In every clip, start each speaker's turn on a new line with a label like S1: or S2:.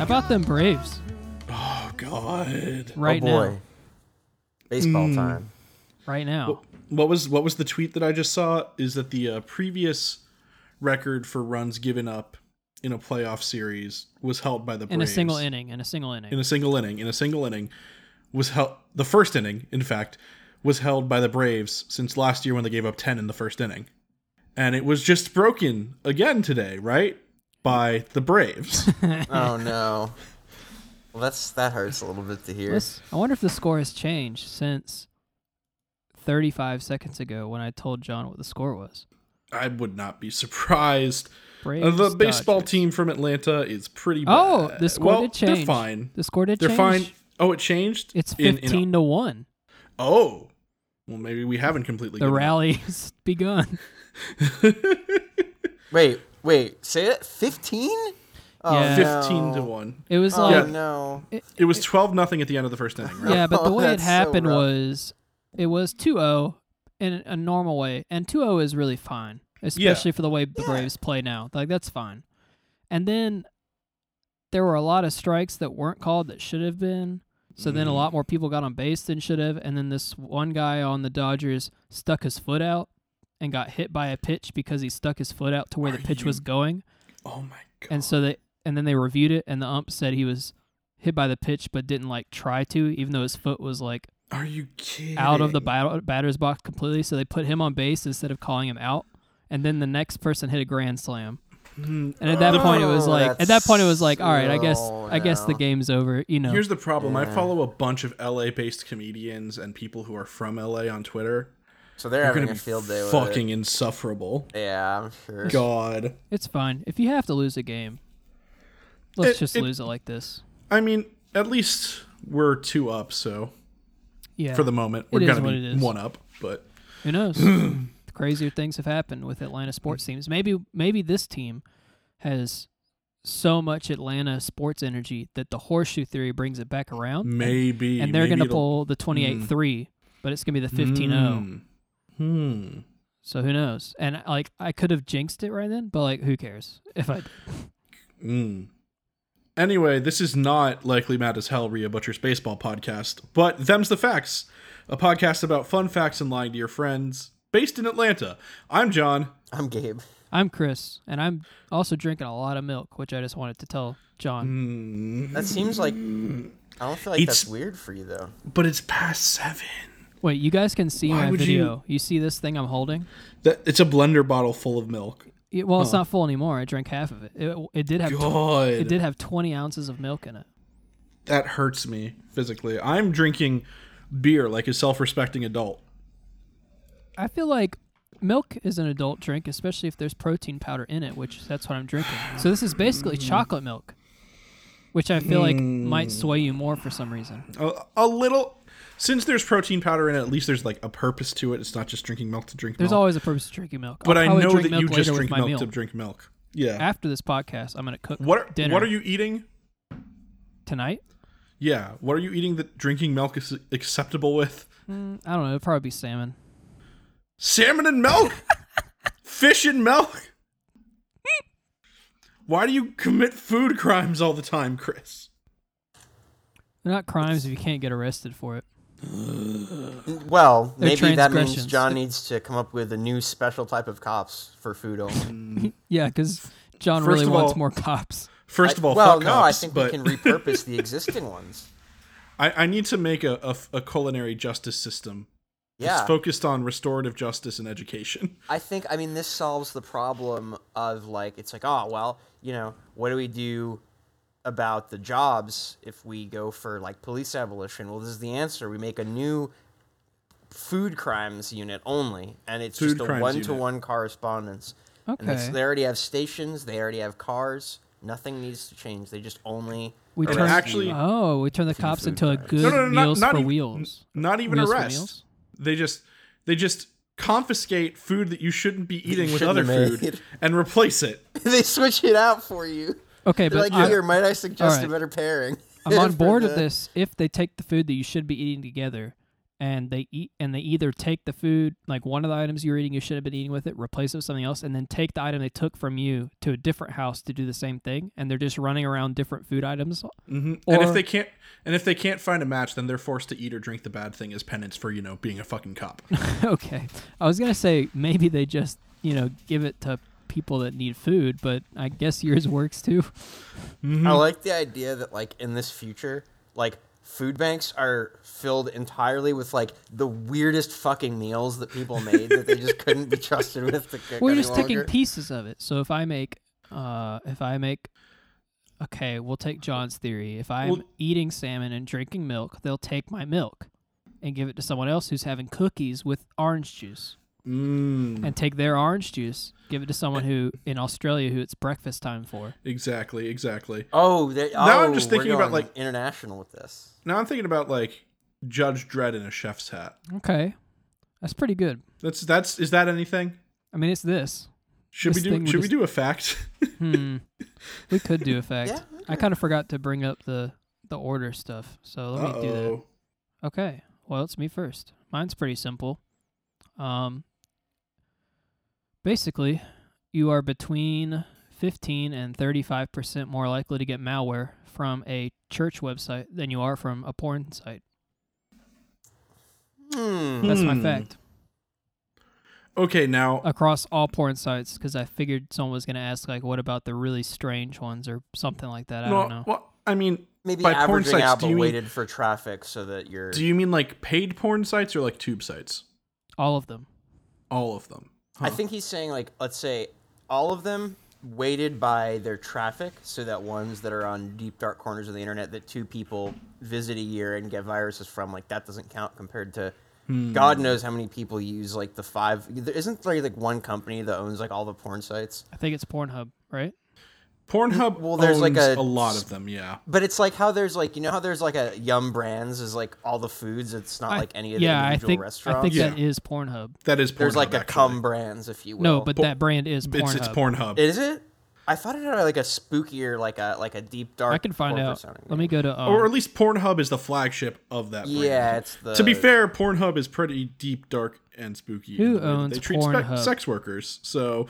S1: about them Braves
S2: Oh God.
S1: right
S3: oh boy.
S1: now?
S3: Baseball
S2: Mm.
S3: time.
S1: Right now.
S2: What was what was the tweet that I just saw? Is that the uh, previous record for runs given up in a playoff series was held by the Braves
S1: In a single inning. In a single inning.
S2: in a single inning in a single inning was held the first inning in fact was held by the Braves since last year when they gave up 10 in the first inning and it was just broken again today right by the Braves
S3: Oh no. Well, that's that hurts a little bit to hear.
S1: Let's- I wonder if the score has changed since 35 seconds ago when I told John what the score was.
S2: I would not be surprised
S1: Braves,
S2: Uh, the baseball
S1: Dodgers.
S2: team from Atlanta is pretty
S1: Oh,
S2: bad.
S1: the score
S2: well,
S1: did change.
S2: they're fine
S1: The score did
S2: they're
S1: change.
S2: fine oh it changed
S1: It's
S2: In- in a-
S1: 15 to 1.
S2: oh well maybe we haven't completely
S1: The
S2: given up.
S1: rally's begun.
S3: Wait, wait. Say that. Fifteen. Oh,
S1: Yeah.
S2: 15
S3: no.
S2: to 1
S1: It was
S3: Oh
S1: like
S3: no.
S2: it was 12 nothing at the end of the first inning right?
S1: Yeah, but the
S3: Oh,
S1: way it
S3: that's so
S1: happened
S3: rough.
S1: was it was 2-0 in a normal way, and 2-0 is really fine, especially for the way the Braves play now. Like that's fine. And then there were a lot of strikes that weren't called that should have been. So then
S3: Mm-hmm.
S1: a lot more people got on base than should have, and then this one guy on the Dodgers stuck his foot out and got hit by a pitch because he stuck his foot out to where
S2: Are
S1: the pitch
S2: you-
S1: was going.
S2: oh my god
S1: And so they and then they reviewed it and the ump said he was hit by the pitch but didn't like try to even though his foot was like
S2: Are you kidding?
S1: out of the bat- batter's box completely so they put him on base instead of calling him out and then the next person hit a grand slam.
S2: Mm-hmm.
S1: And at that point it was
S3: Oh,
S1: like at that point it was like
S3: that's-
S1: all right I guess
S3: oh,
S1: I guess the
S3: no.
S1: game's over, you know.
S2: Here's the problem. I follow a bunch of LA-based comedians and people who are from LA on Twitter.
S3: So they're
S2: They're
S3: having
S2: gonna
S3: a
S2: be
S3: field day. With
S2: fucking insufferable.
S3: It. Yeah, I'm sure.
S2: God.
S1: it's fine. If you have to lose a game, let's
S2: It-
S1: just
S2: it-
S1: lose it like this.
S2: I mean, at least we're two up. So
S1: Yeah.
S2: for the moment, we're
S1: is
S2: gonna
S1: what
S2: be
S1: it is.
S2: one up. But
S1: Who knows? Crazier things have happened with Atlanta sports teams. Maybe maybe this team has so much Atlanta sports energy that the horseshoe theory brings it back around. and-
S2: maybe.
S1: and they're
S2: Mm, maybe
S1: going to
S2: it'll- Mm.
S1: pull oh. the 28-3, but it's going to be the 15-0.
S2: Hmm.
S1: So who knows? And like I could have jinxed it right then, but like who cares if I
S2: Mm. Anyway, this is not likely mad as hell Rhea Butcher's baseball podcast, but them's the facts, a podcast about fun facts and lying to your friends, based in Atlanta. I'm John.
S3: I'm Gabe.
S1: I'm Chris and I'm also drinking a lot of milk, which I just wanted to tell John.
S2: Mm.
S1: Hmm.
S3: That seems like. I don't feel like
S2: It's-
S3: that's weird for you though.
S2: But it's past seven.
S1: Wait, you guys can see
S2: Why
S1: my
S2: would you-
S1: video. You... see this thing I'm holding?
S2: That it's a blender bottle full of milk.
S1: It, well,
S2: Oh.
S1: it's not full anymore. I drank half of it. It, it did have
S2: God,
S1: It did have 20 ounces of milk in it.
S2: that hurts me physically. I'm drinking beer like a self-respecting adult.
S1: I feel like milk is an adult drink, especially if there's protein powder in it, which that's what I'm drinking. So this is basically
S2: Mm.
S1: chocolate milk, which I feel like might sway you more for some reason.
S2: A, a little. Since there's protein powder in it, at least there's like a purpose to it. It's not just drinking milk to drink
S1: There's
S2: milk.
S1: always a purpose to drinking milk.
S2: but
S1: I'll
S2: I
S1: probably
S2: know
S1: drink
S2: that
S1: milk
S2: you just
S1: later
S2: drink
S1: with my
S2: milk
S1: meal.
S2: to drink milk. Yeah.
S1: After this podcast, I'm gonna cook
S2: What are,
S1: dinner
S2: what are you eating?
S1: tonight.
S2: Yeah, what are you eating that drinking milk is acceptable with?
S1: Mm, I don't know. It'll probably be salmon.
S2: Salmon and milk? Fish and milk? Why do you commit food crimes all the time, Chris?
S1: They're not crimes if you can't get arrested for it.
S3: Well,
S1: They're
S3: maybe that means
S1: transgressions.
S3: John needs to come up with a new special type of cops for food only.
S1: Yeah, because John
S2: First
S1: really
S2: of
S1: wants
S2: all-
S1: more cops.
S2: First
S3: I-
S2: of all,
S3: well,
S2: fuck
S3: no,
S2: cops,
S3: I think
S2: but
S3: we can repurpose the existing ones.
S2: I, I need to make a, a, a culinary justice system that's
S3: Yeah,
S2: focused on restorative justice and education.
S3: I think I mean this solves the problem of like it's like oh well you know what do we do about the jobs if we go for like police abolition? Well, this is the answer. We make a new food crimes unit only, and it's
S2: Food
S3: just a
S2: crimes
S3: one to one correspondence. And it's-
S1: Okay.
S3: they already have stations. They already have cars. Nothing needs to change. They just only
S1: We
S3: arrest
S1: turn
S2: actually-
S3: you.
S1: oh, we turn the cops
S3: food
S1: into a
S3: crimes.
S1: good
S2: No, no, no, not-
S1: meals
S2: not
S1: for
S2: even-
S1: wheels.
S2: Not even
S1: Meals for
S2: arrest.
S1: meals?
S2: They just they just confiscate food that you shouldn't be eating with
S3: shouldn't
S2: other
S3: have
S2: food
S3: made.
S2: and replace it.
S3: they switch it out for you.
S1: Okay,
S3: They're
S1: but
S3: like
S1: I-
S3: here, might I suggest
S1: alright.
S3: a better pairing?
S1: I'm on
S3: for
S1: board with
S3: the-
S1: this if they take the food that you should be eating together and they eat and they either take the food like one of the items you were eating you should have been eating with it replace it with something else and then take the item they took from you to a different house to do the same thing and they're just running around different food items
S2: Mm-hmm. and if they can't, and if they can't find a match, then they're forced to eat or drink the bad thing as penance for you know being a fucking cop.
S1: okay i was gonna say maybe they just you know give it to people that need food but i guess yours works too Hmm.
S3: I like the idea that like in this future, like food banks are filled entirely with like the weirdest fucking meals that people made that they just couldn't be trusted with to cook.
S1: we're
S3: any
S1: just taking
S3: longer.
S1: pieces of it so if i make uh if i make okay we'll take john's theory if i'm
S2: Well-
S1: eating salmon and drinking milk they'll take my milk and give it to someone else who's having cookies with orange juice
S2: Mm,
S1: and take their orange juice give it to someone who in australia who it's breakfast time for
S2: exactly, exactly.
S3: Oh, they,
S2: Now I'm
S3: oh,
S2: just
S3: we're
S2: thinking about,
S3: going
S2: like-
S3: international with this.
S2: Now I'm thinking about like Judge Dredd in a chef's hat.
S1: okay that's pretty good
S2: That's that's is that anything?
S1: i mean it's this
S2: Should
S1: This
S2: we
S1: thing
S2: do?
S1: would
S2: Should we
S1: just-
S2: do a fact?
S1: hmm we could do effect
S3: Yeah,
S1: i kind of forgot to bring up the the order stuff so let me do that
S2: oh,
S1: Okay. Well, it's me first. Mine's pretty simple. Um basically, you are between 15 and 35% more likely to get malware from a church website than you are from a porn site.
S3: Hmm.
S1: That's my
S2: Hmm.
S1: fact.
S2: okay. Now
S1: Across all porn sites cuz I figured someone was going to ask like what about the really strange ones or something like that. I
S2: well,
S1: don't know.
S2: well, I mean,
S3: Maybe
S2: by porn
S3: averaging
S2: sites,
S3: out,
S2: do
S3: but
S2: you mean-
S3: waited for traffic so that you're.
S2: do you mean like paid porn sites or like tube sites?
S1: All of them.
S2: All of them.
S3: I
S2: huh?
S3: think he's saying like let's say all of them weighted by their traffic, so that ones that are on deep dark corners of the internet that two people visit a year and get viruses from, like that doesn't count compared to
S1: Hmm.
S3: God knows how many people use like the five. There isn't there like one company that owns like all the porn sites,
S1: I think it's Pornhub, right?
S2: Pornhub
S3: Well, there's, like,
S2: owns
S3: a-
S2: lot of them. Yeah.
S3: but it's like how there's like you know how there's like a Yum Brands is like all the foods. It's not
S1: I-
S3: like any of the
S1: yeah, I
S3: individual
S1: think
S3: restaurants.
S1: I think
S2: Yeah.
S1: that is Pornhub.
S2: That is Pornhub,
S3: there's like a
S2: actually.
S3: cum brands, if you will.
S1: No, but that brand is Pornhub.
S2: It's it's Pornhub.
S3: Is it? I thought it had like a spookier, like a like a deep dark.
S1: I can find
S3: corporate
S1: out.
S3: sounding
S1: Let me
S3: name.
S1: go to um,
S2: or at least Pornhub is the flagship of that. Brand.
S3: Yeah, it's the.
S2: To be fair, Pornhub is pretty deep, dark, and spooky. in
S1: Who
S2: the way that
S1: owns
S2: they treat spe-
S1: Pornhub?
S2: sex workers. So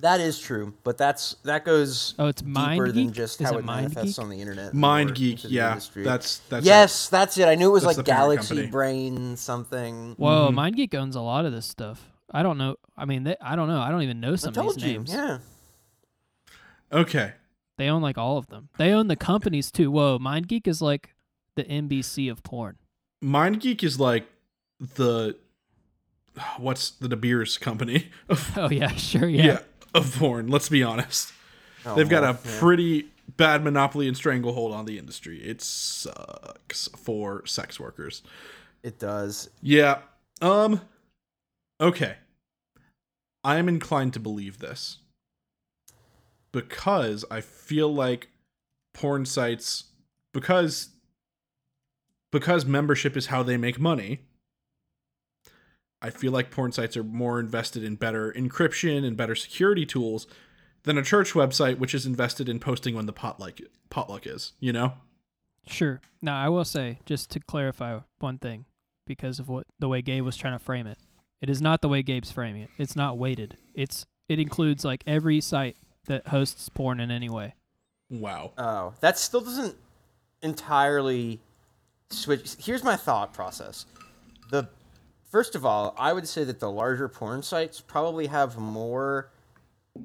S3: that is true, but that's that goes
S1: Oh, it's
S3: deeper than
S1: MindGeek?
S3: just
S1: Is
S3: how
S1: it
S3: it manifests
S1: MindGeek?
S3: on the internet. and
S2: Mind
S3: more
S2: Geek,
S3: into the
S2: yeah,
S3: industry.
S2: that's that's
S3: yes, that's it. I knew it was
S2: That's
S3: like
S2: the parent
S3: Galaxy
S2: company.
S3: Brain something.
S1: Whoa, MindGeek owns a lot of this stuff. I don't know. I mean, they, I don't know. I don't even know
S3: I
S1: some of
S3: told
S1: these
S3: you,
S1: names.
S3: yeah.
S2: it. okay.
S1: They own like all of them. They own the companies too. Whoa, MindGeek is like the NBC of porn.
S2: Mind Geek is like the what's the De Beers company of
S1: Oh yeah, sure,
S2: yeah.
S1: yeah.
S2: of porn. Let's be honest,
S3: Oh,
S2: they've got
S3: well,
S2: a pretty bad monopoly and stranglehold on the industry. It sucks for sex workers.
S3: It does.
S2: Yeah. Um. Okay. I am inclined to believe this because I feel like porn sites because because membership is how they make money. I feel like porn sites are more invested in better encryption and better security tools than a church website, which is invested in posting when the potluck potluck is. You know.
S1: Sure. Now I will say, just to clarify one thing, because of what the way Gabe was trying to frame it, it is not the way Gabe's framing it. It's not weighted. It's it includes like every site that hosts porn in any way.
S2: Wow.
S3: Oh, that still doesn't entirely switch. Here's my thought process. The first of all, I would say that the larger porn sites probably have more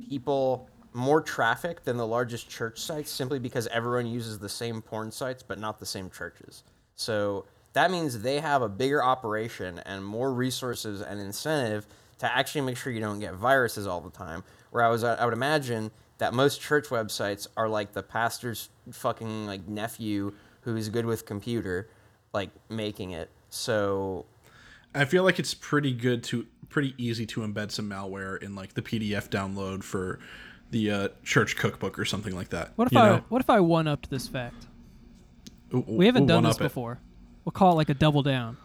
S3: people, more traffic than the largest church sites, simply because everyone uses the same porn sites but not the same churches. So that means they have a bigger operation and more resources and incentive to actually make sure you don't get viruses all the time. Where I was, I would imagine that most church websites are like the pastor's fucking like nephew who is good with computer, like making it. So
S2: I feel like it's pretty good to pretty easy to embed some malware in like the PDF download for the uh, church cookbook or something like that.
S1: What if
S2: you
S1: I
S2: know?
S1: what if I one upped this fact?
S2: Ooh, ooh,
S1: We haven't
S2: ooh,
S1: done this
S2: one-up it.
S1: before. We'll call it like a double down.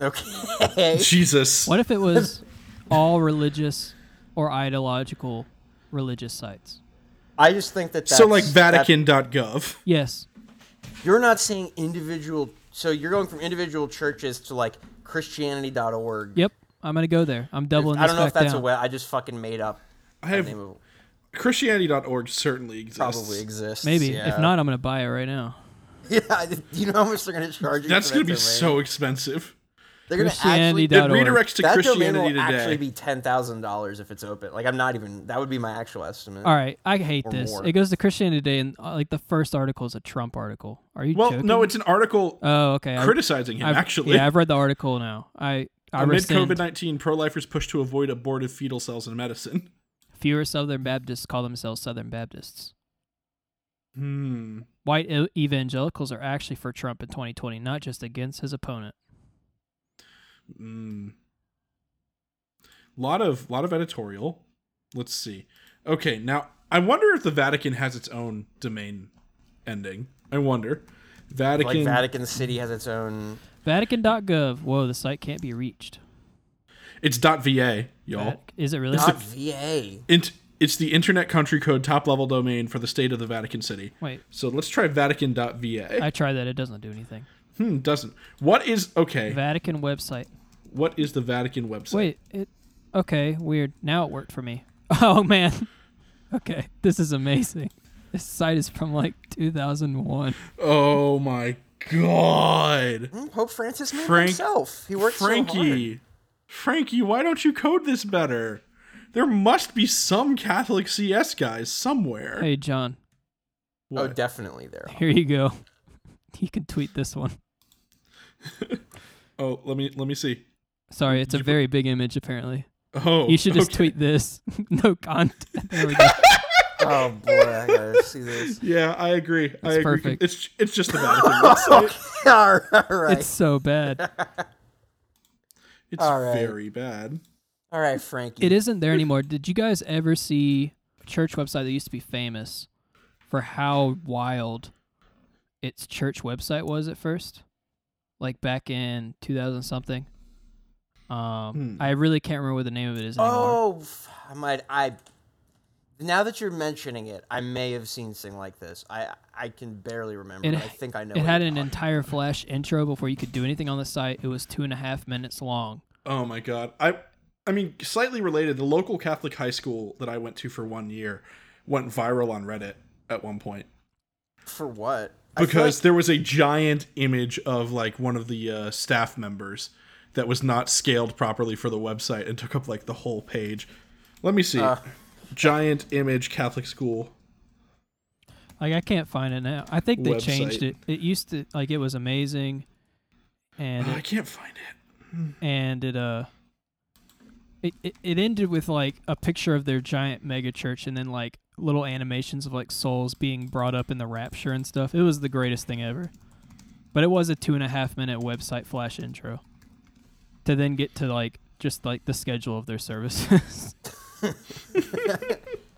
S3: okay,
S2: Jesus.
S1: What if it was all religious or ideological religious sites?
S3: I just think that that's,
S2: So like
S3: that-
S2: Vatican.gov.
S1: Yes.
S3: You're not saying individual. So you're going from individual churches to like Christianity.org.
S1: Yep, I'm gonna go there. I'm doubling.
S3: I don't
S1: this
S3: know if
S1: back
S3: that's
S1: down.
S3: a web. I just fucking made up.
S2: I
S3: the
S2: have
S3: name of-
S2: Christianity.org certainly exists.
S3: probably exists.
S1: Maybe.
S3: Yeah.
S1: If not, I'm gonna buy it right now.
S3: yeah. I- You know how much they're gonna charge you?
S2: That's
S3: going
S2: gonna be so expensive.
S3: They're gonna actually.
S1: Christianity.
S2: It
S1: dot org.
S2: redirects to
S3: That domain
S2: Christianity
S3: will
S2: today.
S3: actually be ten thousand dollars if it's open. Like I'm not even. That would be my actual estimate.
S1: All right, I hate
S3: Or
S1: this.
S3: more.
S1: It goes to Christianity Today, and uh, like the first article is a Trump article. Are you
S2: well,
S1: joking?
S2: no, it's an article
S1: Oh, okay. I-
S2: criticizing him.
S1: I've-
S2: actually,
S1: yeah, I've read the article now. I I
S2: amid
S1: rescind.
S2: COVID nineteen, pro lifers push to avoid aborted fetal cells in medicine.
S1: Fewer Southern Baptists call themselves Southern Baptists.
S2: Hmm.
S1: White e- evangelicals are actually for Trump in 2020, not just against his opponent.
S2: Mm. Lot of lot of editorial. Let's see. Okay, now I wonder if the Vatican has its own domain ending. I wonder. Vatican.
S3: Like Vatican City has its own.
S1: Vatican.gov. Whoa, the site can't be reached.
S2: It's .va, y'all.
S1: Vatic- Is it really?
S3: Not VA.
S2: Int- it's the Internet Country Code top level domain for the state of the Vatican City.
S1: Wait,
S2: So let's try Vatican.va.
S1: I tried that. It doesn't do anything.
S2: hmm, doesn't. What is okay?
S1: Vatican website.
S2: what is the Vatican website?
S1: Wait, it. Okay, weird. Now it worked for me. Oh man. Okay, this is amazing. This site is from like 2001.
S2: Oh my god.
S3: Hmm, Pope Francis made it
S2: Frank-
S3: himself. He worked so hard.
S2: Frankie, Frankie, why don't you code this better? There must be some Catholic CS guys somewhere.
S1: Hey John,
S3: Oh,
S2: What?
S3: definitely there.
S1: here you go. You can tweet this one.
S2: oh, let me let me see.
S1: Sorry, it's a very big image apparently.
S2: Oh,
S1: You should just
S2: okay.
S1: tweet this. no content. There we go.
S3: Oh boy, I gotta see this.
S2: Yeah, I agree. I agree.
S1: perfect.
S2: It's it's just the Vatican website.
S3: all right,
S1: It's so bad.
S2: It's
S3: All right.
S2: very bad.
S3: all right, Frankie.
S1: It isn't there anymore. Did you guys ever see a church website that used to be famous for how wild its church website was at first? Like back in 2000 something. Um, I really can't remember what the name of it is anymore.
S3: Hmm. Oh, f- I might. I now that you're mentioning it, I may have seen something like this. I I can barely remember.
S1: It-
S3: but I think I know.
S1: it
S3: what
S1: had
S3: you're
S1: an
S3: talking-
S1: entire flash intro before you could do anything on the site. It was two and a half minutes long.
S2: Oh my god. I I mean, slightly related, the local Catholic high school that I went to for one year went viral on Reddit at one point.
S3: for what? I feel
S2: because there was a giant image of like one of the uh, staff members that was not scaled properly for the website and took up like the whole page. Let me see. giant image Catholic school.
S1: Like I can't find it now. I think they changed
S2: Website.
S1: it. It used to like it was amazing, and
S2: Oh,
S1: it
S2: I can't find it.
S1: and it uh it, it, it ended with like a picture of their giant mega church and then like little animations of like souls being brought up in the rapture and stuff. It was the greatest thing ever. But it was a two and a half minute website flash intro. To then get to like just like the schedule of their services.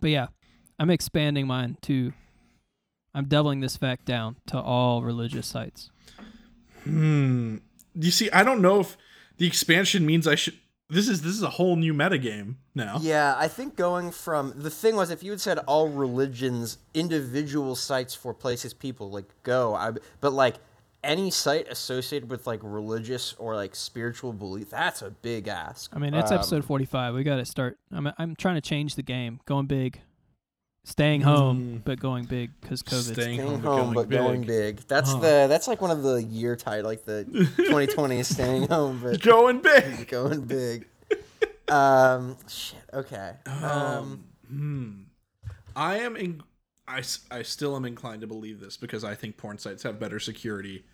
S1: but yeah, I'm expanding mine to I'm doubling this fact down to all religious sites.
S2: Hmm. You see, I don't know if the expansion means I should. This is this is a whole new metagame now.
S3: like- Yeah, I think going from the thing was if you had said all religions, individual sites for places people like go, I, but like any site associated with like religious or like spiritual belief, that's a big ask.
S1: I mean, it's
S3: Um,
S1: episode 45. We got to start. I'm I'm trying to change the game, going big, staying home, but going big because COVID.
S2: Staying
S3: Mm-hmm. Staying
S2: home,
S3: home, but going
S2: big.
S3: big. That's
S1: Huh.
S3: the that's like one of the year title, like the 2020 is staying home, but
S2: Going big.
S3: going big. Um, shit. Okay. Um,
S2: I am in. I, s- I still am inclined to believe this because I think porn sites have better security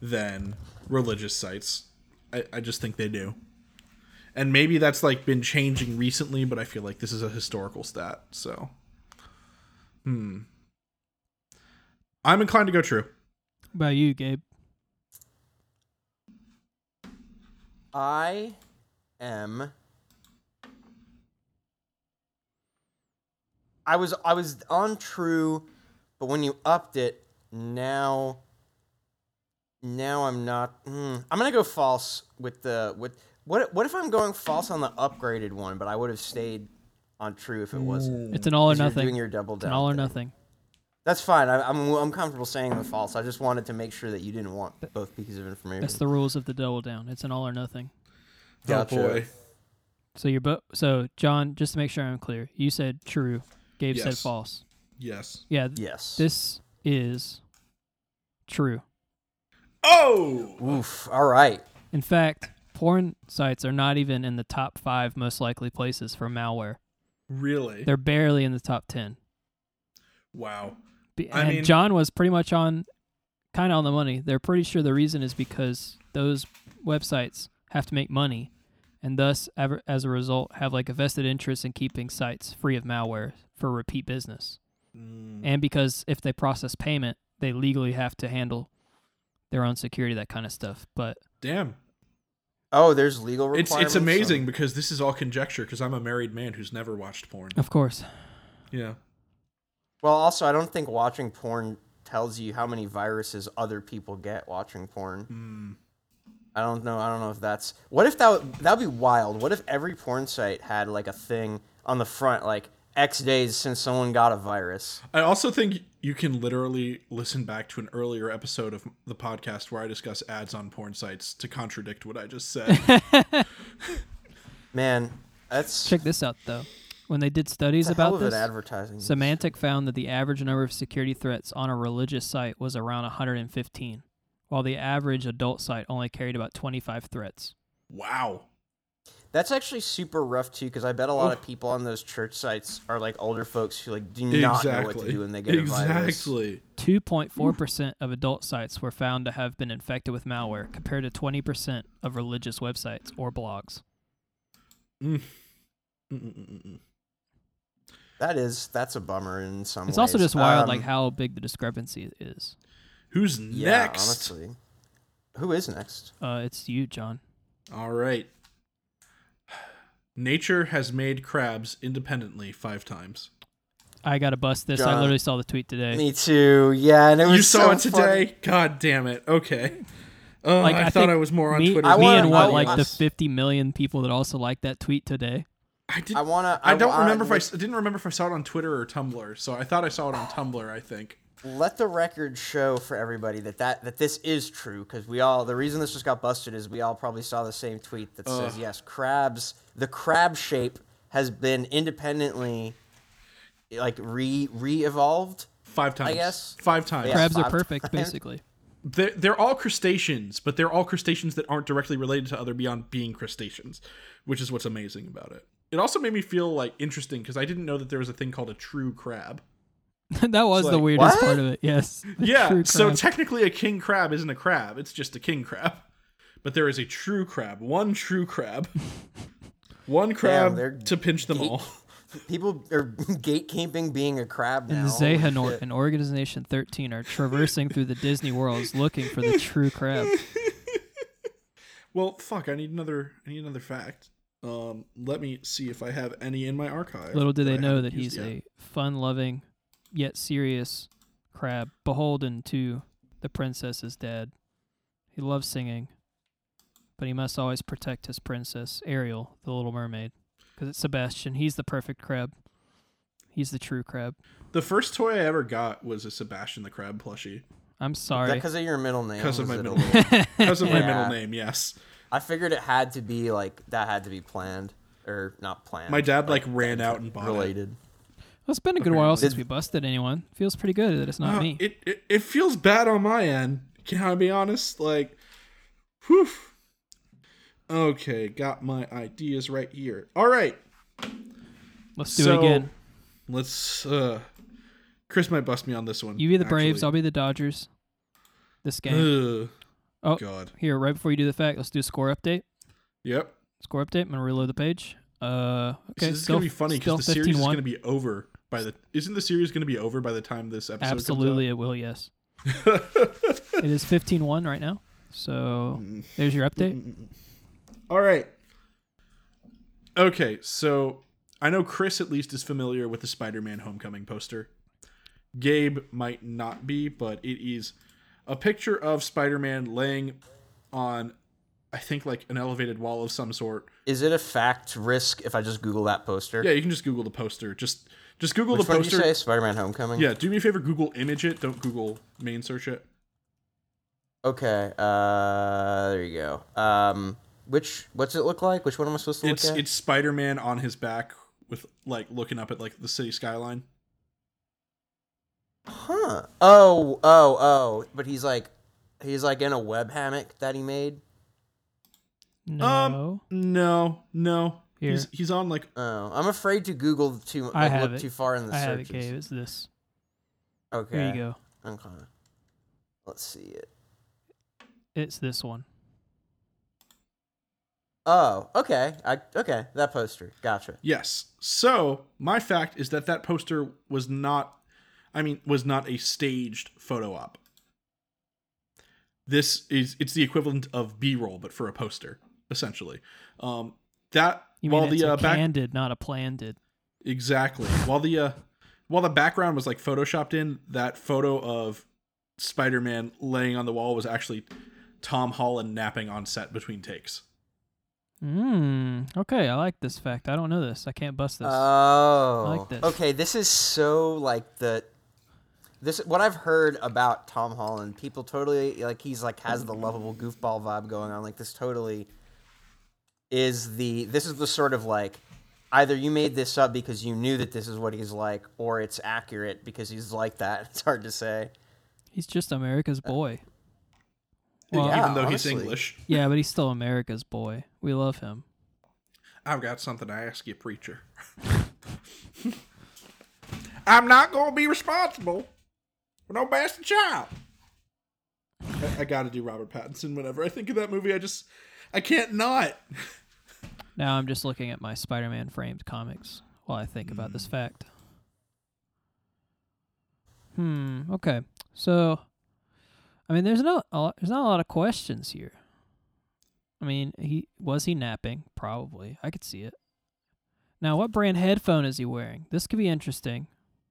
S2: than religious sites. I, I just think they do. And maybe that's like been changing recently, but I feel like this is a historical stat. So, hmm. I'm inclined to go true. Oh,
S1: What about you, Gabe?
S3: I am. I was I was on true, but when you upped it, now. Now I'm not. Mm, I'm gonna go false with the with what what if I'm going false on the upgraded one, but I would have stayed on true if it wasn't.
S1: It's an all or
S3: Because you're Doing
S1: nothing.
S3: your double
S1: It's an
S3: down.
S1: all or
S3: thing.
S1: nothing.
S3: That's fine. I, I'm I'm comfortable saying the false. I just wanted to make sure that you didn't want both pieces of information.
S1: That's the rules of the double down. It's an all or nothing.
S3: Gotcha.
S2: Oh boy.
S1: So you're bo- so John, just to make sure I'm clear, you said true. Gabe said
S2: Yes.
S1: false.
S2: Yes.
S1: Yeah. th-
S3: Yes.
S1: This is true.
S2: Oh.
S3: Oof. All right.
S1: In fact, porn sites are not even in the top five most likely places for malware.
S3: Eh.
S2: Really?
S1: They're barely in the top ten.
S2: Wow.
S1: Be-
S2: I
S1: and
S2: mean-
S1: John was pretty much on, kind of on the money. They're pretty sure the reason is because those websites have to make money, and thus, ever, as a result, have like a vested interest in keeping sites free of malware for repeat business,
S2: Mm.
S1: and because if they process payment, they legally have to handle their own security, that kind of stuff. But
S2: Damn.
S3: Oh, there's legal
S2: It's
S3: requirements.
S2: it's
S3: on-
S2: amazing because this is all conjecture because I'm a married man who's never watched porn.
S1: of course,
S2: Yeah.
S3: Well, also, I don't think watching porn tells you how many viruses other people get watching porn.
S2: Hmm.
S3: I don't know. I don't know if that's. What if that that'd be wild? What if every porn site had like a thing on the front, like X days since someone got a virus?
S2: I also think you can literally listen back to an earlier episode of the podcast where I discuss ads on porn sites to contradict what I just said.
S3: Man, that's
S1: check this out though. When they did studies
S3: the
S1: about
S3: hell of
S1: this,
S3: an advertising.
S1: Symantec found that the average number of security threats on a religious site was around 115, while the average adult site only carried about 25 threats.
S2: wow.
S3: That's actually super rough too, because I bet a lot of people on those church sites are like older folks who like do not know what to
S2: Exactly.
S3: do when they get a virus.
S2: exactly.
S1: 2.4% of adult sites were found to have been infected with malware, compared to 20% of religious websites or blogs.
S2: Mm-mm-mm-mm.
S3: That is that's a bummer in some.
S1: It's also
S3: ways.
S1: just wild, like
S3: Um,
S1: how big the discrepancy is.
S2: Who's
S3: yeah,
S2: next?
S3: Honestly, who is next?
S1: Uh, it's you, John.
S2: All right. Nature has made crabs independently five times.
S1: I gotta bust this. I
S3: John.
S1: literally saw the tweet today.
S3: Me too. Yeah, and it was
S2: You saw
S3: so
S2: it today?
S3: funny.
S2: God damn it. Okay. Uh,
S1: Like,
S2: I,
S1: I
S2: thought
S1: think
S2: I was more on
S1: me,
S2: Twitter.
S1: me
S2: than
S3: wanna-
S1: and
S2: anyone
S1: what,
S3: I
S1: like
S2: else.
S1: the 50 million people that also liked that tweet today.
S2: I did.
S3: I wanna-
S2: I,
S3: I
S2: don't
S3: wa-
S2: remember if I
S3: I-
S2: s- I didn't remember if I saw it on Twitter or Tumblr. So I thought I saw it on Tumblr. I think.
S3: Let the record show for everybody that that, that this is true because we all the reason this just got busted is we all probably saw the same tweet that says yes, crabs. The crab shape has been independently like re re evolved.
S2: Five times.
S3: guess.
S2: Five times.
S3: Yeah.
S1: Crabs are
S3: five
S1: perfect,
S3: times.
S1: basically.
S2: They're, they're all crustaceans, but they're all crustaceans that aren't directly related to other beyond being crustaceans, which is what's amazing about it. It also made me feel like interesting because I didn't know that there was a thing called a true crab.
S1: that was the
S2: like,
S1: weirdest
S3: "What?"
S1: part of it. Yes. The
S2: Yeah,
S1: true
S2: so
S1: crime.
S2: technically a king crab isn't a crab, it's just a king crab. But there is a true crab, one true crab. one crab
S3: they're
S2: to pinch them all.
S3: People are gatekeeping being a crab now.
S1: and the
S3: Holy
S1: Zehanort
S3: shit.
S1: and Organization 13 are traversing through the Disney worlds looking for the true crab.
S2: Well, fuck, I need another I need another fact. Um, let me see if I have any in my archive.
S1: Little do
S2: I
S1: they know
S2: haven't
S1: that he's
S2: used yet.
S1: a fun-loving yet serious crab beholden to the princess's dad. He loves singing, but he must always protect his princess, Ariel, the little mermaid, cuz it's Sebastian. He's the perfect crab. He's the true crab.
S2: The first toy I ever got was a Sebastian the Crab plushie.
S1: I'm
S3: Is that
S1: sorry.
S3: because of your middle name?
S2: Because of
S3: Was
S2: my
S3: it a
S2: middle
S3: little-
S2: name. Because of my
S3: Yeah.
S2: middle name, yes.
S3: I figured it had to be like that had to be planned or not planned.
S2: My dad like ran out and bought it.
S3: related.
S1: Well, it's been a good
S2: Okay.
S1: while since
S3: Did-
S1: we busted anyone. Feels pretty good that it's not
S2: Uh,
S1: me.
S2: It, it it feels bad on my end. Can I be honest? Like, whew. Okay, got my ideas right here. All right,
S1: Let's do
S2: so
S1: it again.
S2: let's. uh Chris might bust me on this one.
S1: You be the Braves, I'll be the Dodgers. This game.
S2: Ugh,
S1: oh,
S2: God.
S1: here, right before you do the fact, let's do a score update.
S2: Yep.
S1: Score update. I'm gonna reload the page. Uh, okay.
S2: this is
S1: still,
S2: gonna be funny
S1: still
S2: because the series is
S1: 15-1.
S2: gonna be over by the. Isn't the series gonna be over by the time this episode? comes out?
S1: absolutely it will. Yes. it is 15-1 right now. So there's your update.
S2: All right. Okay, so I know Chris at least is familiar with the Spider-Man Homecoming poster. Gabe might not be, but it is a picture of Spider-Man laying on I think like an elevated wall of some sort.
S3: Is it a fact risk if I just Google that poster?
S2: Yeah, you can just Google the poster. Just Just Google
S3: Which
S2: the
S3: one did you
S2: poster.
S3: say? Spider-Man: Homecoming.
S2: Yeah, do me a favor, Google image it. Don't Google main search it.
S3: Okay. Uh, there you go. Um, which what's it look like? Which one am I supposed to
S2: it's
S3: look at?
S2: it's Spider Man on his back with like looking up at like the city skyline.
S3: Huh. Oh, oh, oh. But he's like, he's like in a web hammock that he made.
S1: No.
S2: No, no.
S1: Here.
S2: He's he's on like
S3: Oh, I'm afraid to Google too. Like,
S1: I have
S3: look
S1: it.
S3: too far
S2: Um,
S3: in the
S1: I have it,
S3: searches.
S1: Gabe. It's this.
S3: Okay.
S1: There you go.
S3: Okay. Let's see it.
S1: It's this one.
S3: Oh, okay. I okay that poster. Gotcha.
S2: yes. So my fact is that that poster was not, I mean, was not a staged photo op. This is it's the equivalent of B roll, but for a poster, essentially. Um, that
S1: You
S2: while
S1: mean it's
S2: the
S1: a
S2: uh, back
S1: candid, not a planted.
S2: Exactly. While the uh, while the background was like photoshopped in, that photo of Spider-Man laying on the wall was actually Tom Holland napping on set between takes.
S1: Mm, okay, I like this fact. I don't know this. I can't bust this.
S3: Oh.
S1: I like this.
S3: Okay. This is so like the. This what I've heard about Tom Holland. People totally like he's like has the lovable goofball vibe going on. Like this totally is the this is the sort of like either you made this up because you knew that this is what he's like, or it's accurate because he's like that. It's hard to say.
S1: he's just America's boy. Well,
S3: Yeah,
S2: Even though
S3: honestly.
S2: he's English.
S1: yeah, but he's still America's boy. We love him.
S2: I've got something to ask you, preacher. I'm not gonna be responsible for no bastard child. I, I gotta do Robert Pattinson whenever I think of that movie. I just I can't not.
S1: Now I'm just looking at my Spider-Man framed comics while I think about this fact. Hmm. Okay. So, I mean, there's not a lot, there's not a lot of questions here. I mean, he was he napping? Probably. I could see it. Now, what brand headphone is he wearing? This could be interesting.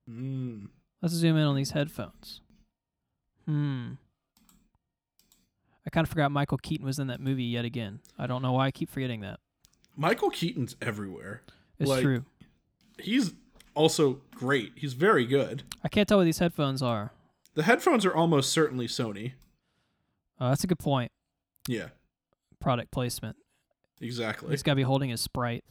S2: Mm.
S1: Let's zoom in on these headphones. Hmm. I kind of forgot Michael Keaton was in that movie yet again. I don't know why I keep forgetting that.
S2: Michael Keaton's everywhere.
S1: It's
S2: Like,
S1: true.
S2: he's also great. He's very good.
S1: I can't tell what these headphones are.
S2: The headphones are almost certainly Sony.
S1: Uh, that's a good point.
S2: Yeah,
S1: Product placement.
S2: exactly.
S1: He's got to be holding his Sprite.